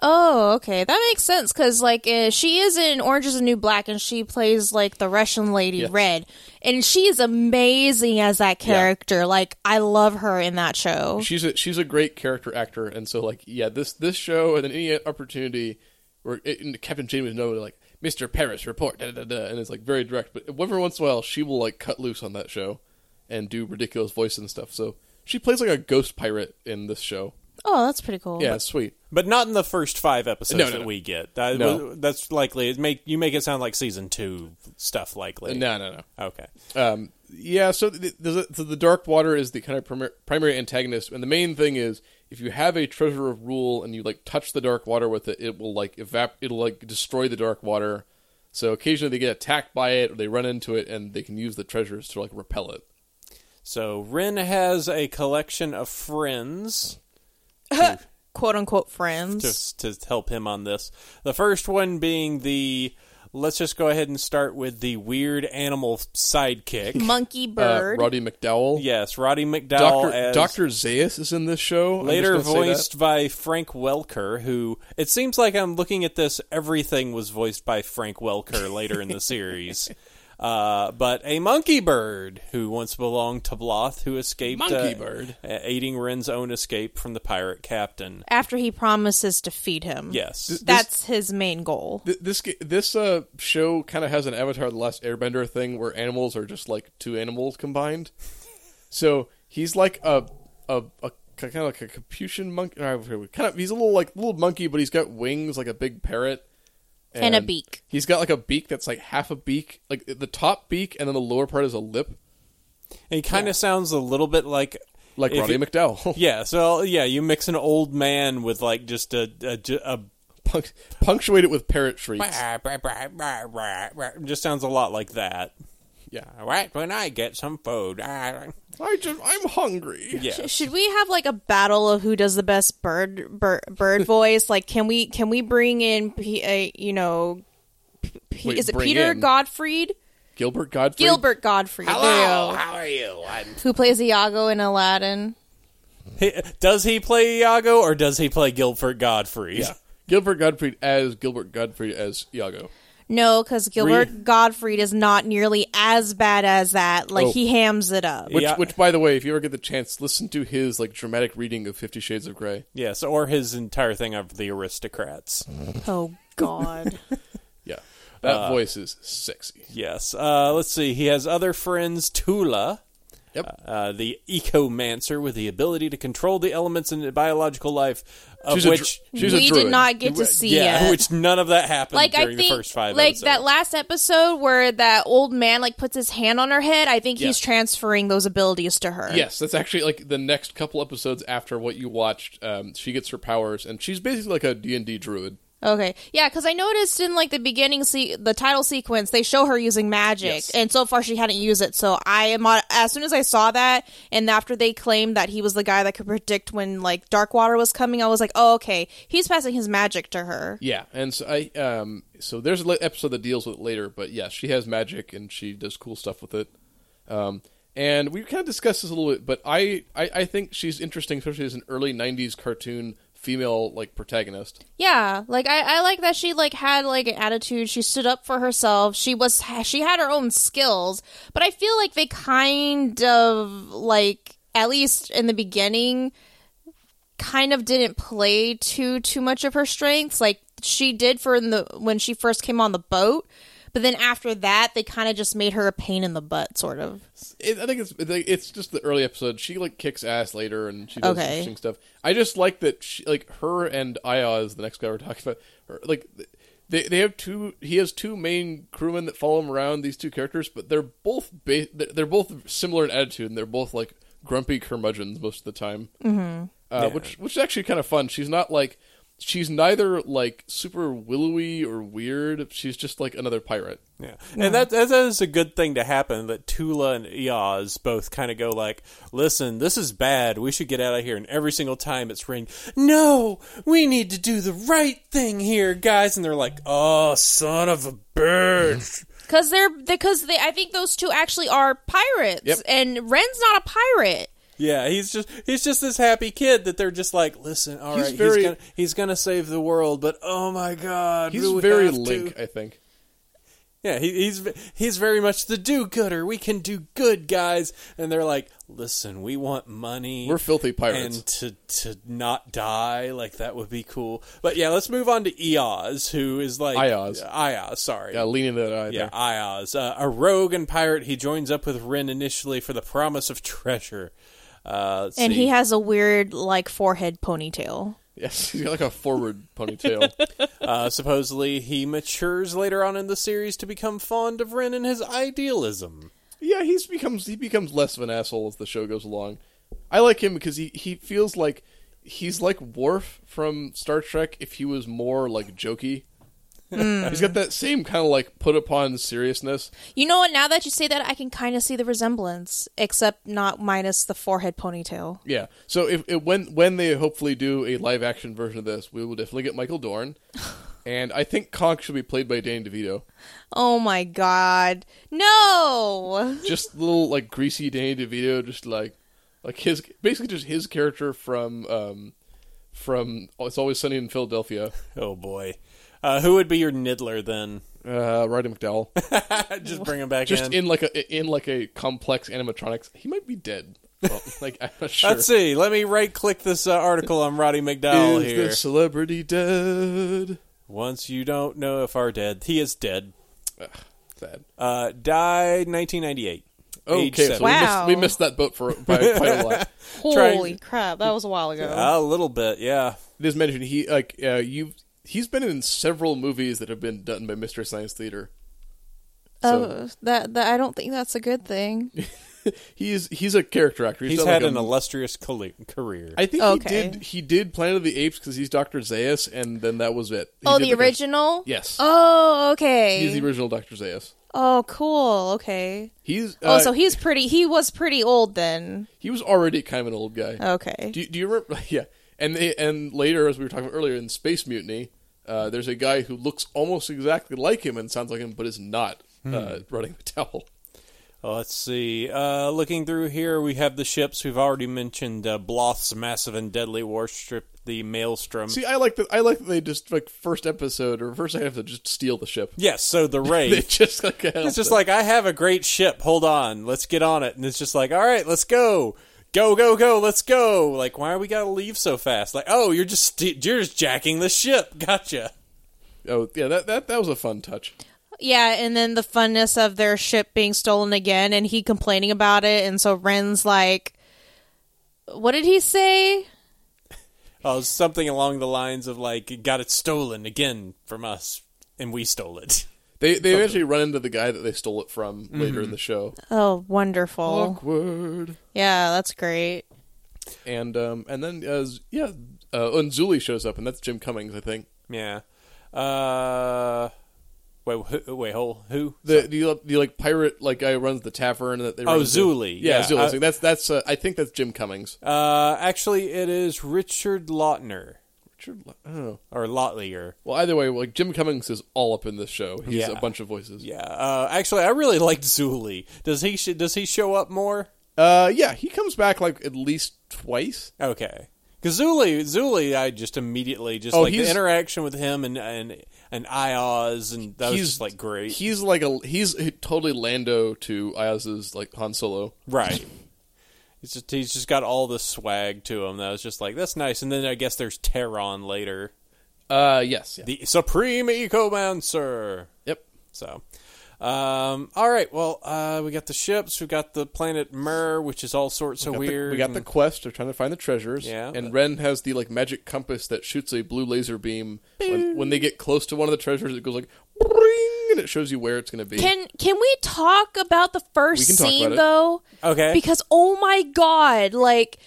S4: Oh, okay, that makes sense because like uh, she is in Orange Is the New Black, and she plays like the Russian lady
S3: Yes.
S4: Red, and she is amazing as that character. Like I love her in that show.
S3: she's a she's a great character actor, and so like yeah, this this show and then any opportunity where it, and Captain Janeway would know like Mister Paris report, da, da, da, da, and it's like very direct. But every once in a while, she will like cut loose on that show and do ridiculous voice and stuff. So she plays like a ghost pirate in this show.
S4: oh, that's pretty cool.
S3: Yeah, it's sweet.
S2: but not in the first five episodes
S3: No, no,
S2: that
S3: no.
S2: we get. That,
S3: No.
S2: that's likely. It make you make it sound like season two stuff. Likely.
S3: No, no, no.
S2: Okay.
S3: Um, yeah, so the, the, so the Dark Water is the kind of primar- primary antagonist, and the main thing is if you have a treasure of rule and you like touch the Dark Water with it, it will like evap, it'll like destroy the Dark Water. So occasionally they get attacked by it, or they run into it, and they can use the treasures to like repel it.
S2: So Rin has a collection of friends.
S4: quote unquote friends.
S2: just to help him on this. The first one being the let's just go ahead and start with the weird animal sidekick.
S4: Monkey
S3: Uh,
S4: Bird.
S3: Roddy McDowell,
S2: yes, Roddy McDowell
S3: Doctor
S2: as
S3: Doctor Zaius is in this show. I'm just
S2: later
S3: gonna say that.
S2: voiced by Frank Welker, who it seems like I'm looking at this everything was voiced by Frank Welker later in the series. Uh, but a monkey bird who once belonged to Bloth, who escaped uh,
S3: Monkey bird.
S2: uh, aiding Ren's own escape from the pirate captain.
S4: after he promises to feed him.
S2: Yes,
S4: That's his main goal.
S3: Th- this ga- this uh show kind of has an Avatar: The Last Airbender thing where animals are just like two animals combined. So he's like a a, a kind of like a Capuchin monkey. Kind of he's a little like little monkey, but he's got wings like a big parrot
S4: And a beak.
S3: He's got like a beak that's like half a beak, like the top beak, and then the lower part is a lip,
S2: and he kind of sounds a little bit like
S3: like
S2: if
S3: Roddy
S2: you-
S3: McDowell.
S2: Yeah, so yeah, you mix an old man with like just a, a, ju- a
S3: Punct- punctuate it with parrot shrieks.
S2: just sounds a lot like that.
S3: Yeah,
S2: Right when I get some food, I,
S3: I just I'm hungry.
S2: yeah,
S4: Sh- Should we have like a battle of who does the best bird bird, bird voice? Like, can we can we bring in P, uh, you know, P, P-
S3: Wait,
S4: is it
S3: bring
S4: Peter
S3: in?
S4: Godfried?
S3: Gilbert Godfrey.
S4: Gilbert Godfrey. There you go.
S6: how are you? I'm
S4: Who plays Iago in Aladdin?
S2: He- does he play Iago or does he play Guilford Godfrey?
S3: Yeah. Gilbert Godfrey as Gilbert Godfrey as Iago.
S4: No, because Gilbert Gottfried is not nearly as bad as that. Like
S3: Oh.
S4: he hams it up.
S3: Which,
S2: Yeah.
S3: which, by the way, if you ever get the chance, listen to his like dramatic reading of Fifty Shades of Grey.
S2: Yes, or his entire thing of the aristocrats.
S4: Oh God.
S3: Yeah, Uh, that voice is sexy.
S2: Yes. Uh, let's see. He has other friends. Tula,
S3: Yep.
S2: uh, the ecomancer with the ability to control the elements in biological life, of
S3: She's a dru-
S2: which
S3: she's a
S4: we
S3: druid.
S4: did not get to
S3: Yeah,
S4: see
S2: yeah,
S4: it.
S2: which none of that happened
S4: like
S2: during
S4: I
S2: the
S4: think,
S2: first five
S4: like
S2: episodes.
S4: that last episode where that old man like puts his hand on her head. I think he's
S2: Yeah.
S4: transferring those abilities to her.
S3: Yes, that's actually like the next couple episodes after what you watched. Um, she gets her powers, and she's basically like a D and D druid.
S4: Okay. Yeah, because I noticed in like the beginning, se- the title sequence, they show her using magic,
S3: Yes.
S4: and so far she hadn't used it. So I am on, as soon as I saw that, and after they claimed that he was the guy that could predict when like dark water was coming, I was like, oh okay, he's passing his magic to her.
S3: Yeah, and so I um so there's an episode that deals with it later, but yeah, she has magic and she does cool stuff with it. Um, and we kind of discussed this a little bit, but I, I I think she's interesting, especially as an early '90s cartoon female like protagonist.
S4: Yeah, like I, I like that she like had like an attitude. She stood up for herself. She was she had her own skills, but I feel like they kind of like at least in the beginning kind of didn't play too too much of her strengths. Like she did for in the when she first came on the boat, but then after that they kind of just made her a pain in the butt sort of.
S3: it, I think it's it's just the early episode. She like kicks ass later, and she does
S4: Okay.
S3: interesting stuff. I just like that she like her and Aya is the next guy we're talking about. Her, like they they have two. He has two main crewmen that follow him around. These two characters, but they're both ba- they're they're both similar in attitude, and they're both like grumpy curmudgeons most of the time. Mm-hmm. Uh, Which which is actually kind of fun. She's not like she's neither like super willowy or weird. She's just like another pirate.
S2: Yeah. And that, that that is a good thing to happen that Tula and Eoz both kind of go like, "Listen, this is bad. We should get out of here." And every single time it's ring, "No, we need to do the right thing here, guys." And they're like, "Oh, son of a bitch."
S4: Because they're because they I think those two actually are pirates,
S3: Yep.
S4: and Ren's not a pirate.
S2: yeah, he's just he's just this happy kid that they're just like, "Listen, all right,
S3: He's
S2: he's
S3: very-
S2: gonna, he's gonna save the world, but oh my god,
S3: He's
S2: do we
S3: very
S2: have to?"
S3: Link, I think.
S2: Yeah, he, he's he's very much the do-gooder. We can do good, guys. And they're like, listen, we want money.
S3: We're filthy pirates.
S2: and to to not die, like that would be cool. But yeah, let's move on to Eoz, who is like
S3: Ios.
S2: Ios, sorry,
S3: Yeah, leaning that eye.
S2: yeah,
S3: there.
S2: Ios, uh, a rogue and pirate. He joins up with Ren initially for the promise of treasure. Uh, let's
S4: And
S2: see.
S4: he has a weird like forehead ponytail.
S3: Yes, he's got like a forward ponytail.
S2: Uh, supposedly he matures later on in the series to become fond of Ren and his idealism.
S3: yeah, he's becomes he becomes less of an asshole as the show goes along. I like him because he he feels like he's like Worf from Star Trek if he was more like jokey. he's got that same kind of like put upon seriousness.
S4: You know what? Now that you say that, I can kind of see the resemblance, except not minus the forehead ponytail.
S3: Yeah. So if, if when when they hopefully do a live action version of this, we will definitely get Michael Dorn. And I think Conk should be played by Danny DeVito.
S4: Oh my god. No!
S3: just little like greasy Danny DeVito, just like like his basically just his character from um from It's Always Sunny in Philadelphia,
S2: Oh boy. Uh, who would be your niddler then?
S3: uh, Roddy McDowell,
S2: Just bring him back
S3: just
S2: in.
S3: in like a in like a complex animatronics. He might be dead. Well, like I'm not sure.
S2: Let's see. Let me right click this uh, article on Roddy McDowell
S3: Is
S2: here.
S3: the celebrity dead?
S2: Once you don't know if are dead, he is dead.
S3: Sad.
S2: Uh, died 1998. Age
S3: Okay, so
S2: seven.
S3: we, missed,
S4: Wow.
S3: we missed that boat for by quite a lot.
S2: Trying-
S4: Holy crap, that was a while ago.
S2: a little bit, yeah.
S3: It is mentioned he like uh, you. He's been in several movies that have been done by Mr. Science Theater.
S4: Oh, that, that I don't think that's a good thing.
S3: He's he's a character actor.
S2: He's
S3: done,
S2: had
S3: like,
S2: an
S3: a
S2: illustrious col- career.
S3: I think he
S4: Okay.
S3: did. He did Planet of the Apes because he's Doctor Zaius, and then that was it. He
S4: oh,
S3: did
S4: the original?
S3: Yes.
S4: Oh, okay.
S3: He's the original Doctor Zaius.
S4: oh, cool. Okay.
S3: He's uh,
S4: oh, so he's pretty. He was pretty old then.
S3: he was already kind of an old guy.
S4: Okay.
S3: Do, you- do you remember? Yeah, and they, and later, as we were talking about earlier in Space Mutiny, uh, there's a guy who looks almost exactly like him and sounds like him, but is not uh, running the towel.
S2: Let's see. Uh, looking through here, we have the ships. We've already mentioned uh, Bloth's massive and deadly warship, the Maelstrom.
S3: See, I like that. I like that they just like first episode or first have to just steal the ship.
S2: yes, so the
S3: They
S2: Wraith.
S3: just like
S2: It's just like I have a great ship. Hold on, let's get on it. And it's just like, all right, let's go, go, go, go, let's go. Like, why are we gotta leave so fast? Like, oh, you're just you you're just jacking the ship. Gotcha.
S3: oh yeah, that that that was a fun touch.
S4: Yeah, and then the funness of their ship being stolen again and he complaining about it and so Ren's like what did he say?
S2: Oh, something along the lines of like, "It got it stolen again from us, and we stole it.
S3: They they eventually run into the guy that they stole it from
S2: Mm-hmm.
S3: later in the show.
S4: Oh, wonderful.
S3: Awkward.
S4: Yeah, that's great.
S3: And um and then uh, Z- yeah, uh, Unzuli shows up and that's Jim Cummings, I think.
S2: Yeah. Uh, wait, who, wait, hold, who?
S3: The the, the like pirate like guy who runs the tavern that they
S2: Oh,
S3: run into.
S2: Zuli.
S3: yeah,
S2: Yeah,
S3: Zuli.
S2: I-
S3: So that's that's uh, I think that's Jim Cummings
S2: Uh, actually, it is Richard Lautner
S3: Richard I don't know
S2: or Lotlier.
S3: well either way like Jim Cummings is all up in this show he's
S2: Yeah.
S3: a bunch of voices
S2: Yeah. Uh, actually, I really liked Zuli. Does he sh- does he show up more?
S3: uh yeah he comes back like at least twice
S2: Okay. Because Zuli, Zuli, I just immediately just
S3: Oh,
S2: like the
S3: he's-
S2: interaction with him and and and Ios and that was just like great.
S3: He's like a he's totally Lando to Ayaz's like Han Solo.
S2: Right. He's just, he's just got all the swag to him that was just like, that's nice. And then I guess there's Terron later.
S3: Uh yes. yeah.
S2: The Supreme Ecomancer.
S3: yep.
S2: So, um, all right. Well, uh, we got the ships. We've got the planet Myrrh, which is all sorts of
S3: Got the-
S2: weird.
S3: we got the
S2: and-
S3: quest. They're trying to find the treasures.
S2: Yeah.
S3: And Ren has the like magic compass that shoots a blue laser beam. When, when they get close to one of the treasures, it goes like "Bring," and it shows you where it's going to be.
S4: Can can we talk about the first
S3: We can talk about
S4: scene
S3: it.
S4: though?
S2: Okay.
S4: Because oh my god, like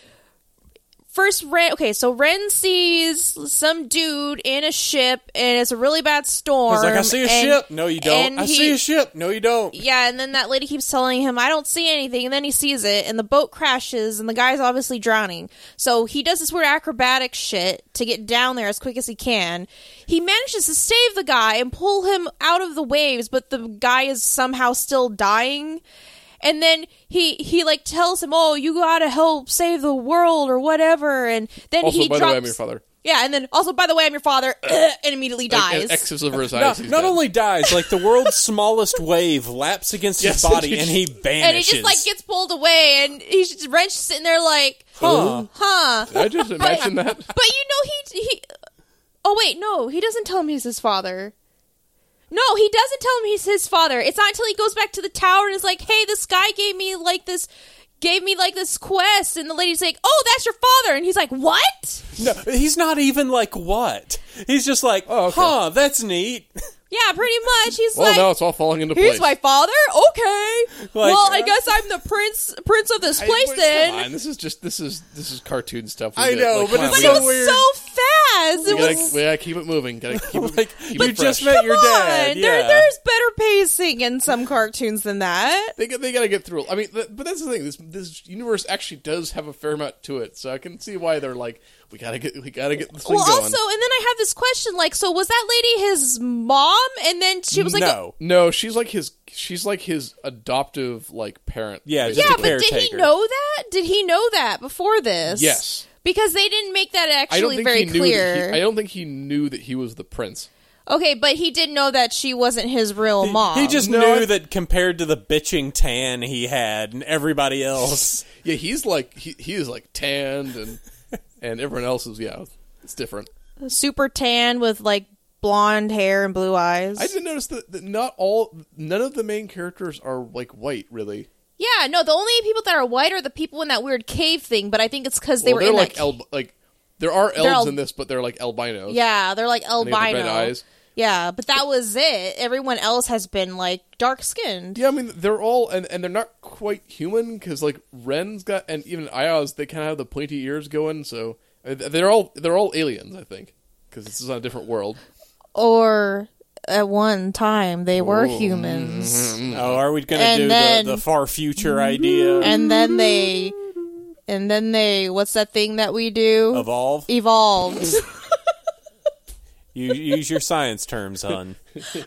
S4: first Ren okay, so Ren sees some dude in a ship and it's a really bad storm.
S2: He's like, I see a
S4: and-
S2: ship. No, you don't.
S4: and
S2: I
S4: he-
S2: see a ship. No, you don't.
S4: Yeah, and then that lady keeps telling him, I don't see anything. And then he sees it, and the boat crashes, and the guy's obviously drowning. So he does this weird acrobatic shit to get down there as quick as he can. He manages to save the guy and pull him out of the waves, but the guy is somehow still dying. And then he he like tells him, "Oh, you gotta help save the world or whatever." And then
S3: also,
S4: he
S3: by
S4: drops.
S3: the way, I'm your father.
S4: Yeah, and then also by the way, I'm your father, and immediately
S3: Like,
S4: dies.
S3: and X's over his
S2: No,
S3: eyes. he's
S2: not
S3: dead.
S2: only dies, like the world's smallest wave laps against his
S3: Yes.
S2: body and he
S4: and he
S2: vanishes.
S4: just like gets pulled away, and he's just wrench sitting there like, huh, huh.
S3: Did I just imagine that.
S4: But you know he he. Oh wait, no, he doesn't tell him he's his father. No, he doesn't tell him he's his father. It's not until he goes back to the tower and is like, "Hey, this guy gave me like this." Gave me like this quest, and the lady's like, "Oh, that's your father," and he's like, "What?"
S2: no, he's not even like what? He's just like,
S3: Oh, okay.
S2: huh, that's neat.
S4: Yeah, pretty much. He's
S3: Well,
S4: like,
S3: now it's all falling into
S4: "Here's
S3: place.
S4: my father." Okay.
S2: Like,
S4: well, I
S2: uh,
S4: guess I'm the prince, prince of this
S3: I-
S4: place.
S3: wait,
S4: then,
S3: Come on, this is just this is this is cartoon stuff. We
S2: I
S3: did.
S2: know,
S3: Like,
S2: but
S3: come on,
S2: it's
S3: we
S2: so
S4: But it
S3: gotta-
S4: was
S2: weird.
S4: so fast. It
S3: We gotta,
S4: was
S3: we gotta keep it moving. Gotta keep it,
S2: Like,
S3: keep
S2: you
S3: it fresh.
S2: just met your dad.
S4: on.
S2: Yeah.
S4: There, there's better pacing in some cartoons than that.
S3: They got, they got to get through. it. I mean, th- but that's the thing. This this universe actually does have a fair amount to it, so I can see why they're like, we gotta get we gotta get this thing
S4: Well,
S3: going.
S4: also, and then I have this question: like, so was that lady his mom? And then she was like,
S2: no.
S3: no, she's like his she's like his adoptive like parent.
S2: Yeah, just
S4: "Yeah,
S2: a
S3: basically.
S4: but did he
S2: caretaker.
S4: know that? Did he know that before this?
S3: Yes.
S4: because they didn't make that
S3: I don't
S4: actually
S3: think
S4: very
S3: he knew.
S4: clear.
S3: That he, I don't think he knew that he was the prince.
S4: okay, but he did know that she wasn't his real mom.
S2: He just
S3: No,
S2: knew
S3: I-
S2: that compared to the bitching tan he had and everybody else.
S3: Yeah, he's like he he is like tanned and and everyone else is yeah, it's different.
S4: super tan with like blonde hair and blue eyes.
S3: I didn't notice that, that not all none of the main characters are like white really.
S4: yeah, no, the only people that are white are the people in that weird cave thing. But I think it's because they
S3: well,
S4: were
S3: they're
S4: in
S3: like
S4: that
S3: el- like there are elves
S4: al-
S3: in this, but they're like albinos.
S4: Yeah, they're like
S3: they have the red
S4: albino.
S3: eyes.
S4: Yeah, but that was it. Everyone else has been like dark skinned.
S3: Yeah, I mean they're all and, and they're not quite human because like Ren's got and even Ios they kind of have the pointy ears going. So uh, they're all they're all aliens, I think, because this is on a different world.
S4: Or at one time they were humans,
S3: Mm-hmm. Mm.
S2: Oh, are we going to
S4: And
S2: do
S4: then- Mm-hmm.
S2: the, the far future idea?
S4: and then they, and then they. What's that thing that we do?
S2: Evolve?
S4: Evolved.
S2: You use your science terms, hon.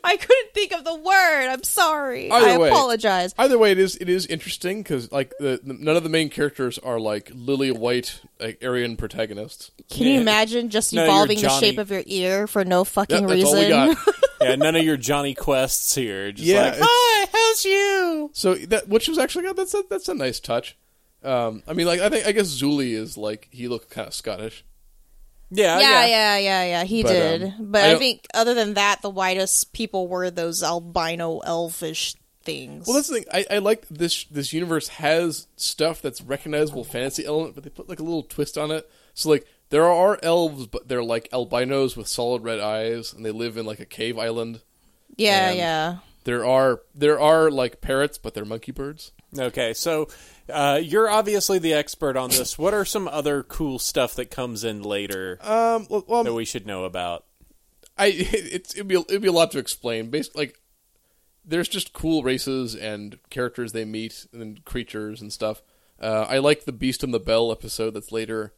S4: I couldn't think of the word. I'm sorry. I
S3: Either way.
S4: apologize.
S3: Either way, it is it is interesting because like the, the none of the main characters are like lily white like Aryan protagonists.
S4: Can you imagine just
S2: No, you're
S4: evolving the
S2: Johnny.
S4: shape of your ear for no fucking
S3: Yep, that's all
S4: reason?
S3: we got.
S2: Yeah, none of your Johnny Quests here. Just
S3: Yeah,
S2: like,
S3: it's-
S2: hi, how's you?
S3: So that which was actually that's a, that's a nice touch. Um, I mean, like I think I guess Zuli is like he looked kind of Scottish.
S2: Yeah,
S4: yeah, yeah, yeah, yeah. He
S3: But,
S4: did,
S3: um,
S4: but
S3: I
S4: I,
S3: don't-
S4: think other than that, the whitest people were those albino elfish things.
S3: Well, that's the thing. I, I like that this this universe has stuff that's recognizable fantasy element, but they put like a little twist on it. So like there are elves, but they're like albinos with solid red eyes, and they live in like a cave island.
S4: yeah,
S3: and-
S4: yeah.
S3: There are there are like parrots, but they're monkey birds.
S2: Okay, so uh, you're obviously the expert on this. What are some other cool stuff that comes in later
S3: Um, well, well,
S2: that we should know about?
S3: I it's it'd be it'd be a lot to explain. Basically, like there's just cool races and characters they meet and creatures and stuff. Uh, I like the Beast and the Bell episode that's later,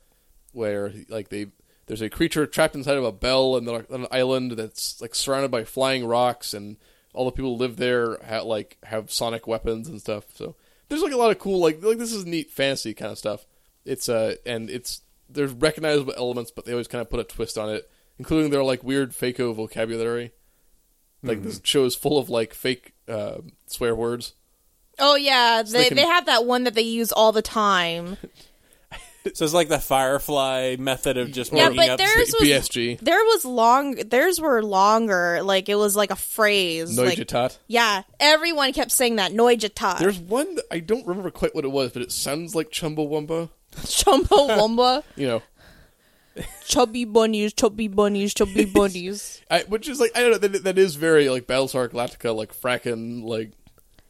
S3: where like they there's a creature trapped inside of a bell and they're like, on an island that's like surrounded by flying rocks and all the people who live there ha- like have sonic weapons and stuff. So there's like a lot of cool like like this is neat fantasy kind of stuff. It's uh and it's there's recognizable elements, but they always kind of put a twist on it, including their like weird faco vocabulary. Like
S2: Mm-hmm.
S3: this show is full of like fake uh, swear words.
S4: Oh yeah, they
S3: they
S4: they,
S3: can-
S4: have that one that they use all the time.
S2: So it's like the Firefly method of just
S4: Yeah,
S2: making
S4: but
S2: up.
S4: there's- This was-
S3: BSG.
S4: There was long, theirs were longer. Like it was like a phrase. Like,
S3: Neujatat.
S4: yeah, everyone kept saying that Noijatat.
S3: There's one that I don't remember quite what it was, but it sounds like Chumbawamba.
S4: Chumbo Wumba,
S3: You know,
S4: chubby bunnies, chubby bunnies, chubby bunnies.
S3: I, which is like I don't know. That, that is very like Battlestar Galactica, like fracking, like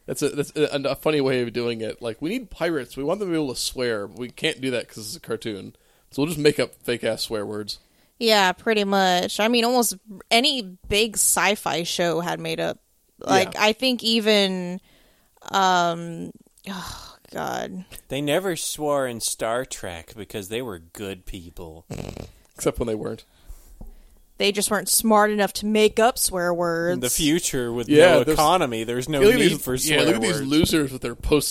S3: that's a that's a, a funny way of doing it. Like we need pirates. We want them to be able to swear, but we can't do that because it's a cartoon. So we'll just make up fake ass swear words.
S4: Yeah, pretty much. I mean, almost any big sci-fi show had made up. Like
S3: Yeah.
S4: I think even, um, oh god,
S2: they never swore in Star Trek because they were good people.
S3: Except when they weren't.
S4: they just weren't smart enough to make up swear words.
S2: In the future, with
S3: Yeah,
S2: no
S3: there's-
S2: economy, there's no
S3: Look
S2: need
S3: at these,
S2: for
S3: yeah,
S2: swear
S3: look at these
S2: words.
S3: losers with their post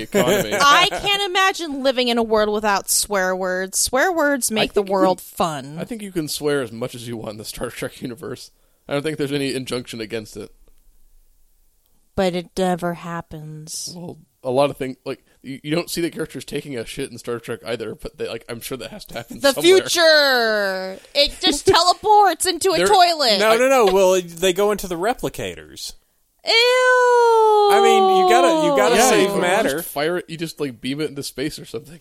S3: economy.
S4: I can't imagine living in a world without swear words. Swear words make the
S3: think you
S4: world
S3: can-
S4: fun.
S3: I think you can swear as much as you want in the Star Trek universe. I don't think there's any injunction against it.
S4: but it never happens.
S3: Well, a lot of things like you, you don't see the characters taking a shit in Star Trek either, but they like I'm sure that has to happen.
S4: The
S3: somewhere.
S4: future! It just teleports into a
S3: There-
S4: toilet!
S2: No, no, no. Well, they go into the replicators.
S4: Ew!
S2: I
S4: I
S2: mean, you gotta- you gotta
S3: Yeah,
S2: save
S3: you
S2: matter.
S3: Just fire it. You just like beam it into space or something.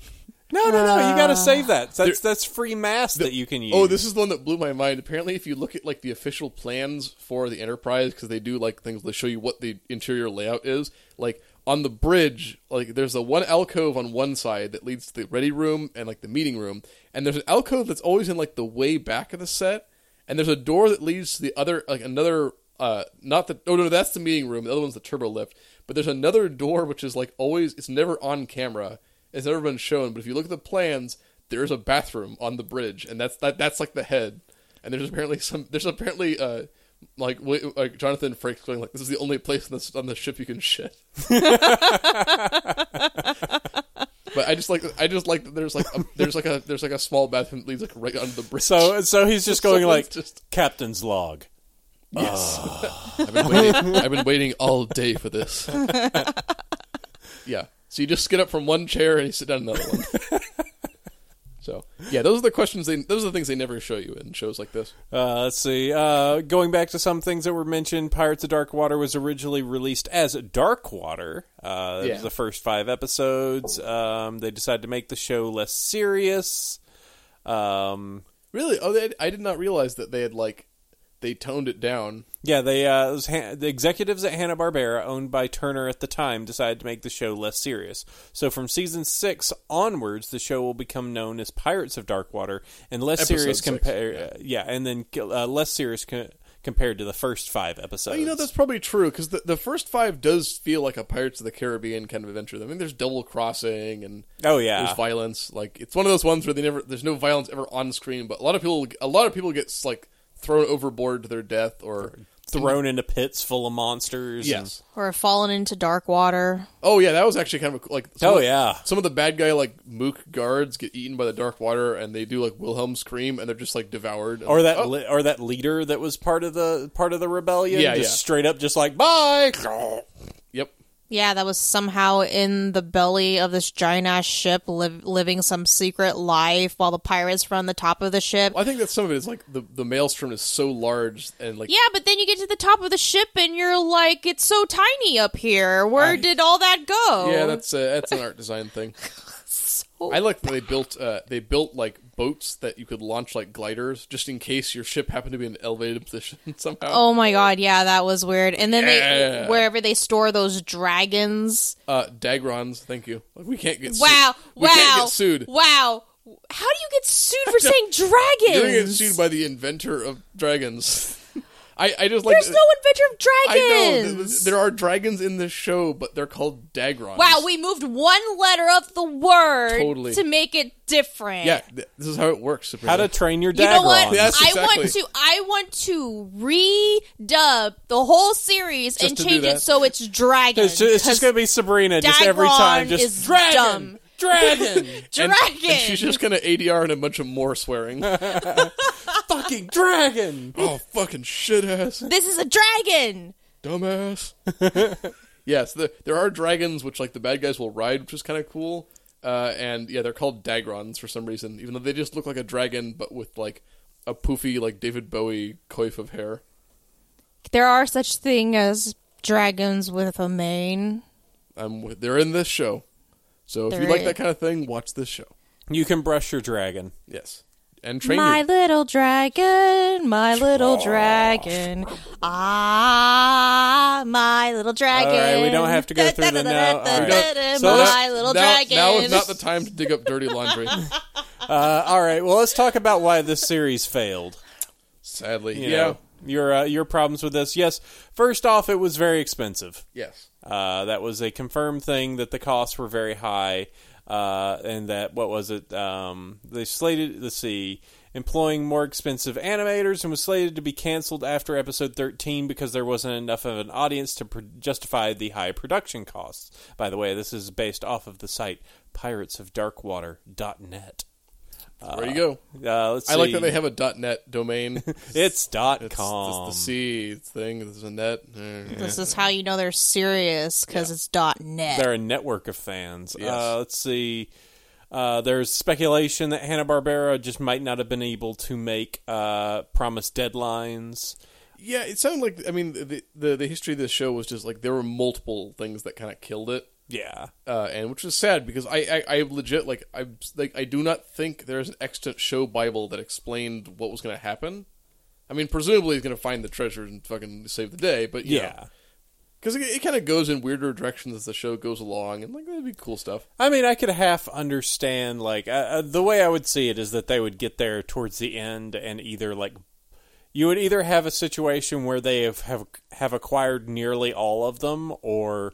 S2: No, no, no. You got to save that. That's that's free mass that you can use.
S3: Oh, this is the one that blew my mind. Apparently, if you look at like the official plans for the Enterprise, because they do like things, they show you what the interior layout is. Like on the bridge, like there's a one alcove on one side that leads to the ready room and like the meeting room, and there's an alcove that's always in like the way back of the set, and there's a door that leads to the other like another. Uh, not the oh no, that's the meeting room. The other one's the turbo lift. But there's another door which is like always. It's never on camera. It's never been shown. But if you look at the plans, there's a bathroom on the bridge, and that's that, that's like the head. And there's apparently some there's apparently uh like Wi- like Jonathan Frakes going like this is the only place on this on the ship you can shit. but I just like I just like that there's like a, there's like a there's like a small bathroom that leads like right under the bridge.
S2: so so he's just going
S3: Someone's
S2: like
S3: just-
S2: captain's log.
S3: yes, I've been waiting I've been waiting all day for this. yeah, so you just get up from one chair and you sit down in another one. So yeah, those are the questions. They those are the things they never show you in shows like this.
S2: Uh, let's see. Uh, going back to some things that were mentioned, Pirates of Dark Water was originally released as Dark Water. Uh, it
S3: Yeah.
S2: was the first five episodes. Um, they decided to make the show less serious. Um,
S3: Really? Oh, they, I did not realize that they had like they toned it down.
S2: yeah, they uh, it was Han- the executives at Hanna Barbera, owned by Turner at the time, decided to make the show less serious. So from season six onwards, the show will become known as Pirates of Dark Water and less
S3: Episode
S2: serious
S3: six,
S2: compared. Yeah. and then uh, less serious co- compared to the first five episodes.
S3: Oh, you know, that's probably true because the, the first five does feel like a Pirates of the Caribbean kind of adventure. I mean, there's double crossing and
S2: Oh, yeah.
S3: there's violence. Like it's one of those ones where they never there's no violence ever on screen, but a lot of people a lot of people get like thrown overboard to their death or
S2: thrown into pits full of monsters. and-
S3: yes.
S4: Or fallen into dark water.
S3: Oh yeah, that was actually kind of a, like.
S2: Oh,
S3: of-
S2: yeah.
S3: some of the bad guy like mook guards get eaten by the dark water, and they do like Wilhelm scream, and they're just like devoured.
S2: or that
S3: Oh,
S2: li- or that leader that was part of the part of the rebellion.
S3: Yeah,
S2: just
S3: yeah.
S2: straight up, just like bye.
S3: Yep.
S4: Yeah, that was somehow in the belly of this giant ass ship, liv- living some secret life while the pirates were on the top of the ship.
S3: Well, I think that some of it is like the the maelstrom is so large and like
S4: Yeah, but then you get to the top of the ship and you're like, it's so tiny up here. Where
S3: I-
S4: did all that go?
S3: Yeah, that's uh, that's an art design thing. I like that they built uh, they built like boats that you could launch like gliders just in case your ship happened to be in an elevated position somehow.
S4: Oh my god, yeah, that was weird. And then
S3: Yeah.
S4: they wherever they store those dragons.
S3: Uh, Dagrons, thank you. Like, we can't get sued.
S4: Wow, wow,
S3: we can't get sued.
S4: wow. How do you get sued for saying dragons?
S3: You're gonna get sued by the inventor of dragons. I I just like
S4: There's no inventor of
S3: I know
S4: dragons.
S3: th- th- there are dragons in this show, but they're called Dagrons.
S4: Wow, we moved one letter of the word
S3: Totally.
S4: to make it different.
S3: yeah. th- This is how it works. Sabrina.
S2: How to train your
S4: You know what?
S2: Dagrons.
S3: Yes,
S4: I want
S3: exactly.
S4: to I want to redub the whole series
S3: Just
S4: and
S3: to do
S4: change it
S3: that.
S4: so it's dragon.
S2: It's just, it's just gonna be Sabrina just every
S4: Dagron
S2: time. Just
S4: is
S2: dragon,
S4: dumb.
S2: dragon,
S3: And- and
S4: Dragon!
S3: she's just gonna ADR and a bunch of more swearing.
S2: fucking dragon.
S3: oh fucking shit ass.
S4: this is a dragon.
S3: dumbass. yes, the, there are dragons which like the bad guys will ride, which is kind of cool. Uh, and yeah, they're called Dagrons for some reason, even though they just look like a dragon, but with like a poofy like David Bowie coif of hair.
S4: There are such thing as dragons with a mane.
S3: Um, with- they're in this show, so if you
S4: They're
S3: like
S4: in-
S3: that kind of thing, watch this show.
S2: You can brush your dragon.
S3: Yes, and train
S4: my
S3: your
S4: little dragon, my little dragon. Ah, my little dragon.
S2: All right, we don't have to go through the now. All right.
S4: Da-da-da-da-da,
S2: So
S4: My little
S3: now,
S4: dragon.
S3: Now is not the time to dig up dirty laundry.
S2: Uh, all right, well, let's talk about why this series failed.
S3: Sadly,
S2: You
S3: yeah,
S2: know, your uh, your problems with this. Yes, first off, it was very expensive.
S3: yes.
S2: Uh, that was a confirmed thing that the costs were very high, uh, and that what was it? Um, they slated let's see, employing more expensive animators, and was slated to be canceled after episode thirteen because there wasn't enough of an audience to pr- justify the high production costs. By the way, this is based off of the site piratesofdarkwater.net.
S3: there you go.
S2: Uh, let's
S3: I like
S2: see.
S3: that they have a .net domain.
S2: it's dot
S3: It's,
S2: com.
S3: it's the C thing. There's a net. Eh.
S4: This is how you know they're serious because it's .net.
S2: They're a network of fans.
S3: Yes.
S2: Uh, let's see. Uh, there's speculation that Hanna Barbera just might not have been able to make uh, promised deadlines.
S3: Yeah, it sounded like. I mean, the, the the history of this show was just like there were multiple things that kind of killed it,
S2: Yeah,
S3: uh, and which is sad because I, I I legit like I like I do not think there's an extant show bible that explained what was going to happen. I mean, presumably he's going to find the treasure and fucking save the day, but
S2: yeah.
S3: yeah, because it, it kind of goes in weirder directions as the show goes along, and like that'd be cool stuff.
S2: I mean, I could half understand. Like uh, uh, the way I would see it is that they would get there towards the end, and either like you would either have a situation where they have have, have acquired nearly all of them, or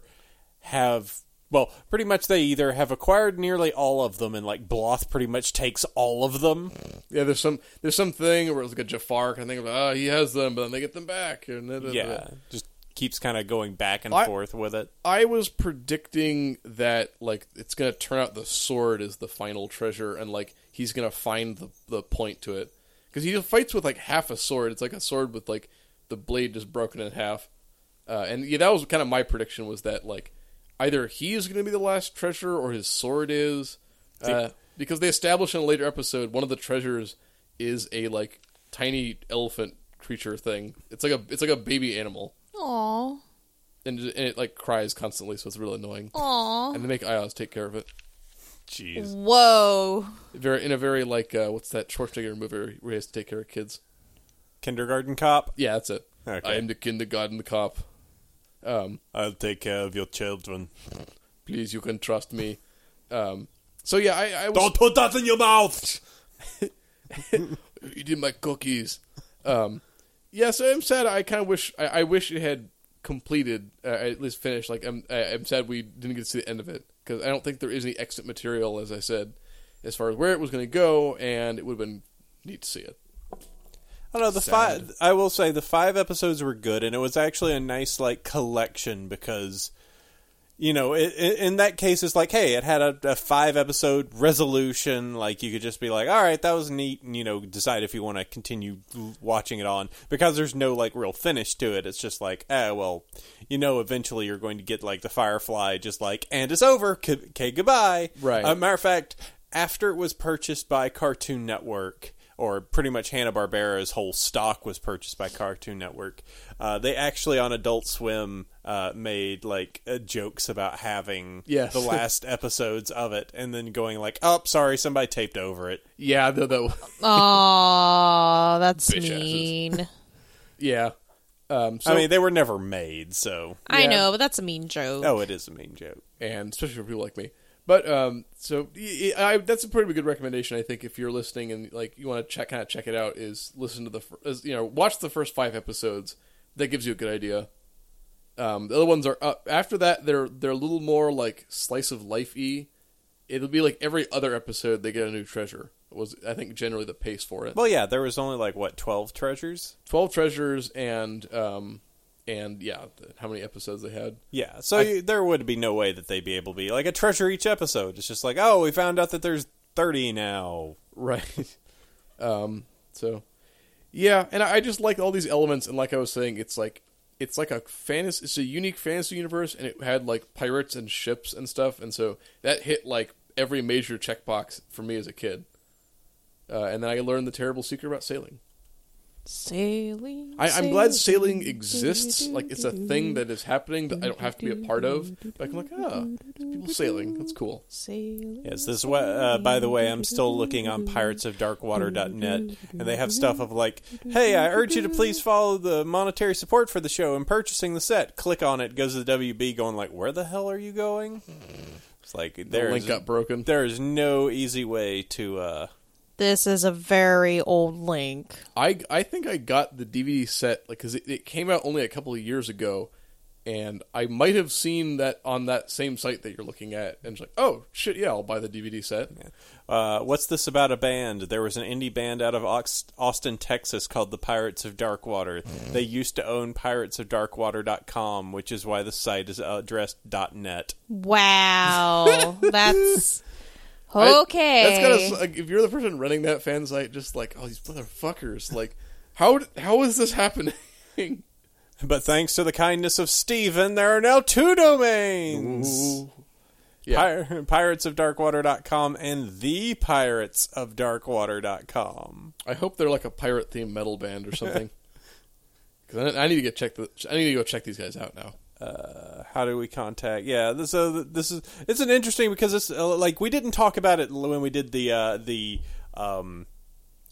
S2: have well, pretty much they either have acquired nearly all of them, and like Bloth pretty much takes all of them.
S3: Yeah, there's some there's some thing where it's like a Jafar kind of thing of oh he has them, but then they get them back. And da- da- da-
S2: yeah, just keeps kind of going back and
S3: I-
S2: forth with it.
S3: I was predicting that like it's gonna turn out the sword is the final treasure, and like he's gonna find the the point to it because he fights with like half a sword. It's like a sword with like the blade just broken in half, uh, and yeah, that was kind of my prediction was that like either he is gonna be the last treasure or his sword is, uh, because they establish in a later episode one of the treasures is a like tiny elephant creature thing. It's like a it's like a baby animal
S4: Aw,
S3: and, and it like cries constantly, so it's real annoying.
S4: aw.
S3: And they make Ios take care of it.
S2: Jeez.
S4: Whoa.
S3: Very in a very like uh, what's that Schwarzenegger movie where he- where he has to take care of kids?
S2: Kindergarten cop,
S3: Yeah, that's it.
S2: Okay.
S3: I am the kindergarten cop. Um,
S2: I'll take care of your children.
S3: please, you can trust me. Um, so yeah, I, I was
S2: Don't put that in your mouth.
S3: eating my cookies. Um, yeah, so I'm sad. I kind of wish I, I wish it had completed uh, at least finished. Like I'm I, I'm sad we didn't get to see the end of it because I don't think there is any exit material, as I said, as far as where it was going to go, and it would have been neat to see it.
S2: I don't know the
S3: Sad.
S2: five. I will say the five episodes were good, and it was actually a nice like collection because you know, i i in that case, it's like, hey, it had a, a five episode resolution. Like, you could just be like, all right, that was neat, and, you know, decide if you want to continue l- watching it on. Because there's no, like, real finish to it. It's just like, eh, well, you know, eventually you're going to get, like, the Firefly, just like, and it's over. C- Okay, goodbye.
S3: Right.
S2: A matter of fact, after it was purchased by Cartoon Network, or pretty much Hanna Barbera's whole stock was purchased by Cartoon Network. Uh, they actually on Adult Swim uh, made like uh, jokes about having
S3: Yes.
S2: the last episodes of it, and then going like, "Oh, sorry, somebody taped over it."
S3: Yeah, though, though
S4: Aw, that's
S3: Bitch asses.
S4: mean.
S3: yeah. Um, so,
S2: I mean, they were never made, so
S4: I
S3: Yeah.
S4: know, but that's a mean joke.
S2: oh, it is a mean joke.
S3: and especially for people like me. But um, so y- y- I, that's a pretty good recommendation, I think, if you're listening and like you want to check kind of check it out. Is listen to the fir- is, you know watch the first five episodes. That gives you a good idea. Um, the other ones are up after that. They're they're a little more like slice of life y. It'll be like every other episode they get a new treasure. Was I think generally the pace for it.
S2: Well, yeah, there was only like what twelve treasures.
S3: Twelve treasures and um and yeah, th- how many episodes they had.
S2: Yeah, so you, there would be no way that they'd be able to be like a treasure each episode. It's just like, oh, we found out that there's thirty now.
S3: Right. Um, so yeah, and I I just like all these elements and like I was saying, it's like it's like a fantasy it's a unique fantasy universe and it had like pirates and ships and stuff and so that hit like every major checkbox for me as a kid. Uh, and then I learned the terrible secret about sailing.
S4: Sailing.
S3: I, I'm glad sailing exists. Like it's a thing that is happening that I don't have to be a part of. But I'm like, ah, people sailing. That's cool.
S4: Sailing.
S2: Yes, this is what, uh, by the way, I'm still looking on piratesofdarkwater.net, and they have stuff of like, hey, I urge you to please follow the monetary support for the show and purchasing the set. Click on it, goes to the WB, going like, where the hell are you going? It's like,
S3: The
S2: there's,
S3: link got broken.
S2: there is no easy way to, uh,
S4: This is a very old link.
S3: I I think I got the DVD set like because it, it came out only a couple of years ago, and I might have seen that on that same site that you're looking at, and it's like, oh shit, yeah, I'll buy the DVD set.
S2: uh, what's this about a band? There was an indie band out of Ox- Austin, Texas called the Pirates of Darkwater. They used to own piratesofdarkwater.com, which is why the site is addressed .net.
S4: Wow, that's
S3: I-
S4: okay.
S3: that's kind of like if you're the person running that fan site, just like oh these motherfuckers, like how d- how is this happening?
S2: But thanks to the kindness of Steven, there are now two domains.
S3: yeah,
S2: Pir- piratesofdarkwater.com and thepiratesofdarkwater.com.
S3: I hope they're like a pirate themed metal band or something. Because I, I need to get check the I need to go check these guys out now.
S2: How do we contact? Yeah, this, so th- this is it's an interesting because it's uh, like we didn't talk about it l- when we did the uh, the um,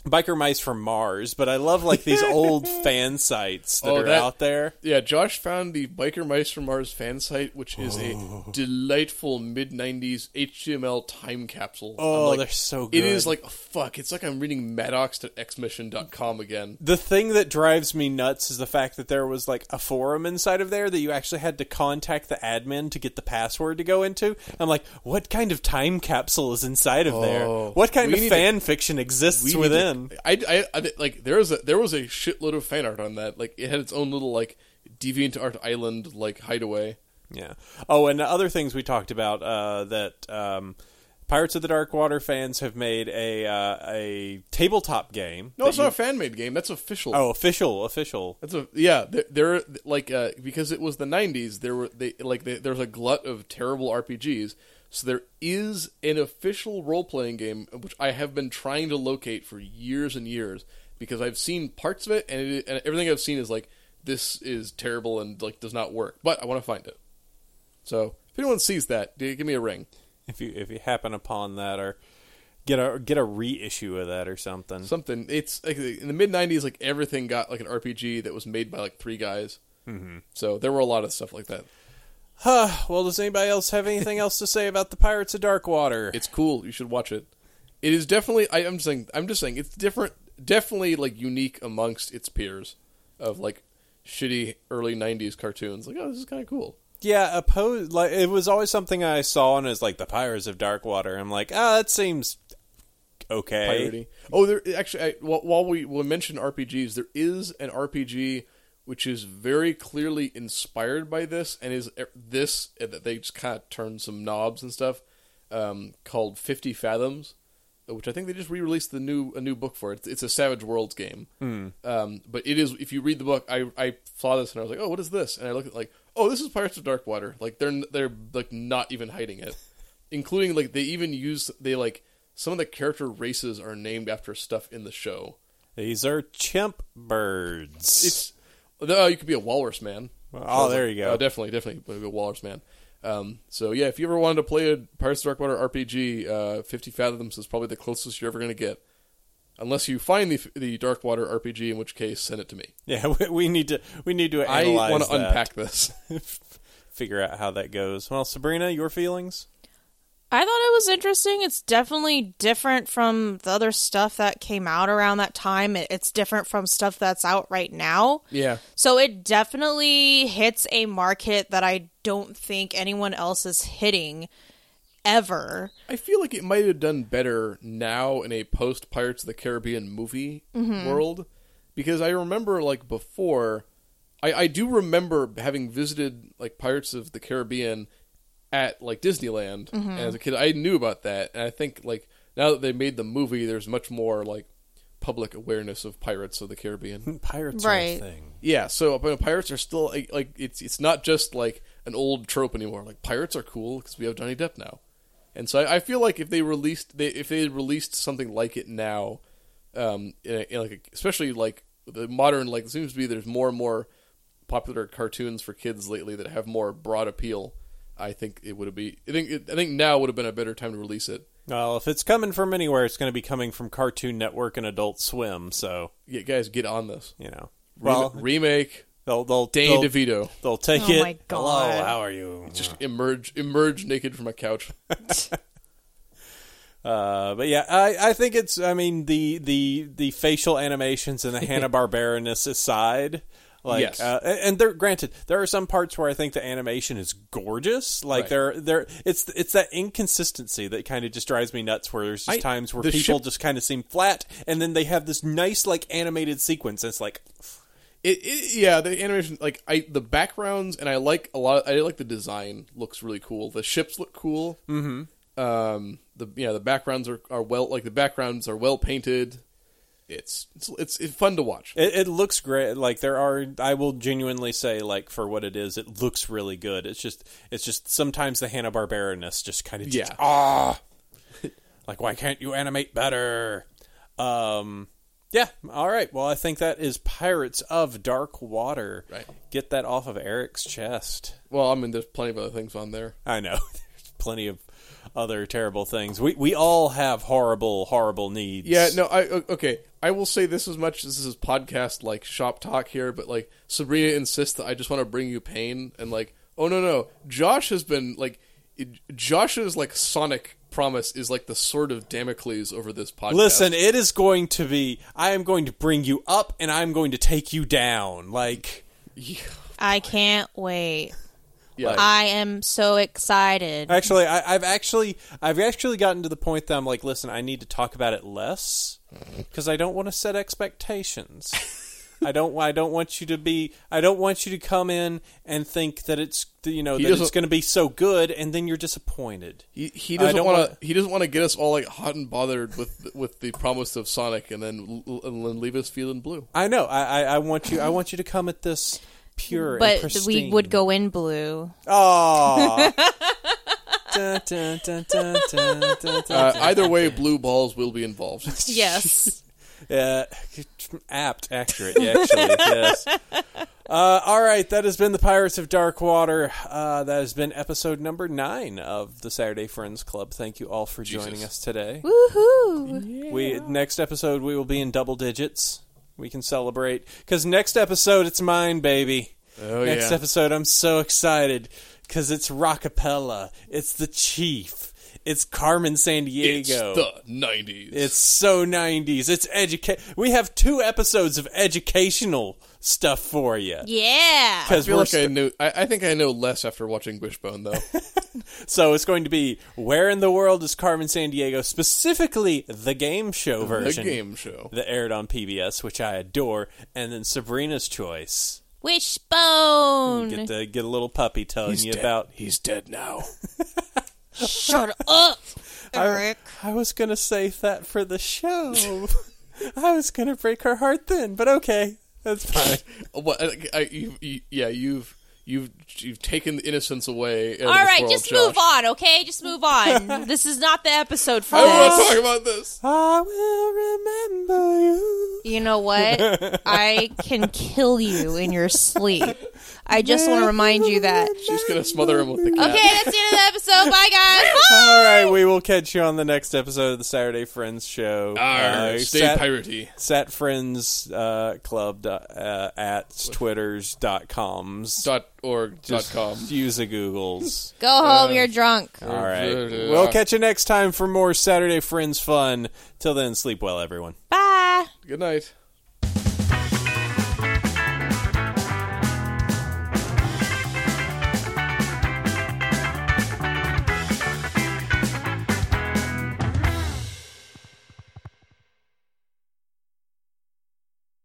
S2: biker mice from Mars, but I love like these old fan sites that
S3: Oh,
S2: are
S3: that-
S2: out there.
S3: Yeah, Josh found the Biker Mice from Mars fan site, which is a delightful mid '90s HTML time capsule.
S2: Oh,
S3: I'm like,
S2: they're so
S3: It is
S2: good.
S3: like fuck. It's like I'm reading Maddox to xmission.com again.
S2: the thing that drives me nuts is the fact that there was like a forum inside of there that you actually had to contact the admin to get the password to go into. I'm like, what kind of time capsule is inside of there? What kind
S3: Oh. we
S2: of
S3: need
S2: fan fiction exists
S3: We
S2: within?
S3: need to- I, I, I like there was a there was a shitload of fan art on that. Like it had its own little like deviant art island like hideaway.
S2: Yeah. Oh, and other things we talked about uh, that um, Pirates of the Dark Water fans have made a uh, a tabletop game.
S3: No, it's not a fan made game. That's official.
S2: Oh, official, official.
S3: That's a yeah. There, there like uh, because it was the '90s. There were they like they, there's a glut of terrible RPGs. So there is an official role playing game which I have been trying to locate for years and years because I've seen parts of it and, it, and everything I've seen is like this is terrible and like does not work. But I want to find it. So if anyone sees that, d- give me a ring.
S2: If you if you happen upon that or get a get a reissue of that or something.
S3: Something it's like, in the mid '90s. Like everything got like an RPG that was made by like three guys. Mm-hmm. So there were a lot of stuff like that.
S2: Huh. Well, does anybody else have anything else to say about the Pirates of Darkwater?
S3: It's cool. You should watch it. It is definitely. I, I'm saying. I'm just saying. It's different. Definitely like unique amongst its peers of like shitty early '90s cartoons. Like, oh, this is kind of cool.
S2: Yeah, opposed. Like it was always something I saw, and it was like the Pirates of Darkwater. I'm like, ah, that seems okay.
S3: Piratey. Oh, there actually. I, while, while we will mention RPGs, there is an RPG. which which is very clearly inspired by this and is e- this uh, that they just kind of turned some knobs and stuff um, called 50 Fathoms, uh, which I think they just re-released the new a new book for it. It's, it's a Savage Worlds game. Um, but it is if you read the book, I I saw this and I was like, "Oh, what is this?" And I looked at like, "Oh, this is Pirates of Dark Water." Like they're n- they're like not even hiding it. Including like they even use they like some of the character races are named after stuff in the show.
S2: These are chimp birds.
S3: It's oh, you could be a walrus man.
S2: Oh, there you go.
S3: Oh, definitely, definitely be a walrus man. Um, so yeah, if you ever wanted to play a Pirates of the Darkwater RPG, uh, Fifty Fathoms is probably the closest you're ever going to get, unless you find the the Darkwater RPG, in which case send it to me.
S2: yeah, we, we need to we need to
S3: I
S2: analyze
S3: want to
S2: that.
S3: unpack this.
S2: figure out how that goes. Well, Sabrina, your feelings?
S4: I thought it was interesting. It's definitely different from the other stuff that came out around that time. It- It's different from stuff that's out right now.
S3: yeah,
S4: So it definitely hits a market that I don't think anyone else is hitting ever.
S3: I feel like it might have done better now in a post Pirates of the Caribbean movie world because I remember like before I, I do remember having visited like Pirates of the Caribbean at like Disneyland and as a kid I knew about that and I think like now that they made the movie there's much more like public awareness of Pirates of the Caribbean.
S2: Pirates
S4: Right.
S2: are a thing.
S3: Yeah, so uh, but pirates are still like, like it's it's not just like an old trope anymore. Like pirates are cool because we have Johnny Depp now, and so I, I feel like if they released they if they had released something like it now, um, in a, in like a- especially like the modern like it seems to be there's more and more popular cartoons for kids lately that have more broad appeal. I think it would have be I think it, I think now would have been a better time to release it.
S2: Well, if it's coming from anywhere, it's going to be coming from Cartoon Network and Adult Swim. So
S3: Yeah, guys, get on this.
S2: you know,
S3: Rem-
S2: well,
S3: remake
S2: they'll they'll
S3: Danny
S2: they'll,
S3: DeVito
S2: they'll take
S4: Oh
S2: it.
S4: my God.
S2: Hello, how are you?
S3: just emerge emerge naked from a couch.
S2: Uh, but yeah, I, I think it's. I mean, the the the facial animations and the Hanna Barberaness aside, like,
S3: Yes.
S2: uh, and and there. Granted, there are some parts where I think the animation is gorgeous. Like
S3: Right.
S2: there there, it's it's that inconsistency that kind of just drives me nuts. Where there's just
S3: I-
S2: times where
S3: the
S2: people
S3: ship-
S2: just kind of seem flat, and then they have this nice like animated sequence. And it's like,
S3: It, it yeah the animation like I the backgrounds and I like a lot I like the design looks really cool the ships look cool mm-hmm. um the yeah the backgrounds are, are well like the backgrounds are well painted it's it's it's, it's fun to watch
S2: It, it looks great. Like there are, I will genuinely say, like for what it is, it looks really good. It's just, it's just sometimes the Hanna Barberaness just kind of, just,
S3: Yeah.
S2: ah, like why can't you animate better? Um, yeah. All right. Well, I think that is Pirates of Dark Water.
S3: Right.
S2: Get that off of Eric's chest.
S3: well I mean there's plenty of other things on there
S2: I know. There's plenty of other terrible things. We we all have horrible, horrible needs.
S3: yeah no I o- okay I will say this as much as this is podcast like shop talk here but like Sabrina insists that I just want to bring you pain and like oh no no Josh has been like it, Josh's like Sonic promise is like the sword of Damocles over this podcast
S2: Listen, it is going to be. I am going to bring you up, and I am going to take you down. Like,
S4: I can't wait.
S3: Yeah.
S4: I am so excited.
S2: actually, I, I've actually, I've actually gotten to the point that I'm like, listen, I need to talk about it less because I don't want to set expectations. I don't. I don't want you to be. I don't want you to come in and think that it's you know that it's
S3: doesn't-
S2: going to be so good, and then you're disappointed.
S3: he, he
S2: I
S3: doesn't
S2: don't
S3: want
S2: wanna-
S3: to. He doesn't want to get us all like hot and bothered with with the promise of Sonic, and then l- and then leave us feeling blue.
S2: I know. I, I, I want you. I want you to come at this pure. and
S4: but we
S2: pristine.
S4: would go in blue.
S2: Oh. dun, dun, dun, dun, dun, dun, dun,
S3: Uh, either way, blue balls will be involved.
S4: Yes.
S2: Uh, apt, accurate, actually. yes. Uh, all right, that has been the Pirates of Dark Water. Uh, that has been episode number nine of the Saturday Friends Club. Thank you all for joining us today.
S4: Woohoo.
S2: We next episode we will be in double digits. We can celebrate because next episode it's mine, baby.
S3: Oh,
S2: next
S3: yeah.
S2: episode I'm so excited because it's Rockapella. It's the Chief. It's Carmen San
S3: It's
S2: Diego.
S3: the nineties.
S2: It's so 90s. It's educa. We have two episodes of educational stuff for you.
S4: Yeah.
S2: Because
S3: I feel
S2: we're
S3: like
S2: st-
S3: I knew. I, I think I know less after watching Wishbone, though.
S2: so it's going to be where in the world is Carmen San Diego? Specifically, the game show
S3: the
S2: version
S3: game show.
S2: that aired on PBS, which I adore, and then Sabrina's Choice.
S4: Wishbone. Mm-hmm.
S2: Get to get a little puppy telling you about.
S3: He's dead now.
S4: Shut up, Eric.
S2: I was gonna save that for the show. I was gonna break her heart then, but okay, that's fine.
S3: Uh, what? I, I, you, you, yeah, you've you've you've taken the innocence away. out of
S4: All
S3: this
S4: right,
S3: world,
S4: just
S3: Josh.
S4: move on, okay? Just move on. this is not the episode for
S3: I don't want to
S4: this.
S3: talk about this.
S2: I will remember you.
S4: You know what? I can kill you in your sleep. I just want to remind you that.
S3: She's gonna smother him with the cat.
S4: Okay, that's the end of the episode. Bye, guys.
S2: All right, we will catch you on the next episode of the Saturday Friends Show.
S3: Arr,
S2: Uh,
S3: stay
S2: Sat-
S3: piratey.
S2: Sat Friends uh, Club dot, uh, at Twitters dot coms.
S3: Dot org. Dot
S2: Just
S3: com.
S2: Use the Googles.
S4: Go home. You're drunk.
S2: All right.
S3: Yeah.
S2: We'll catch you next time for more Saturday Friends fun. Till then, sleep well, everyone.
S4: Bye.
S3: Good night.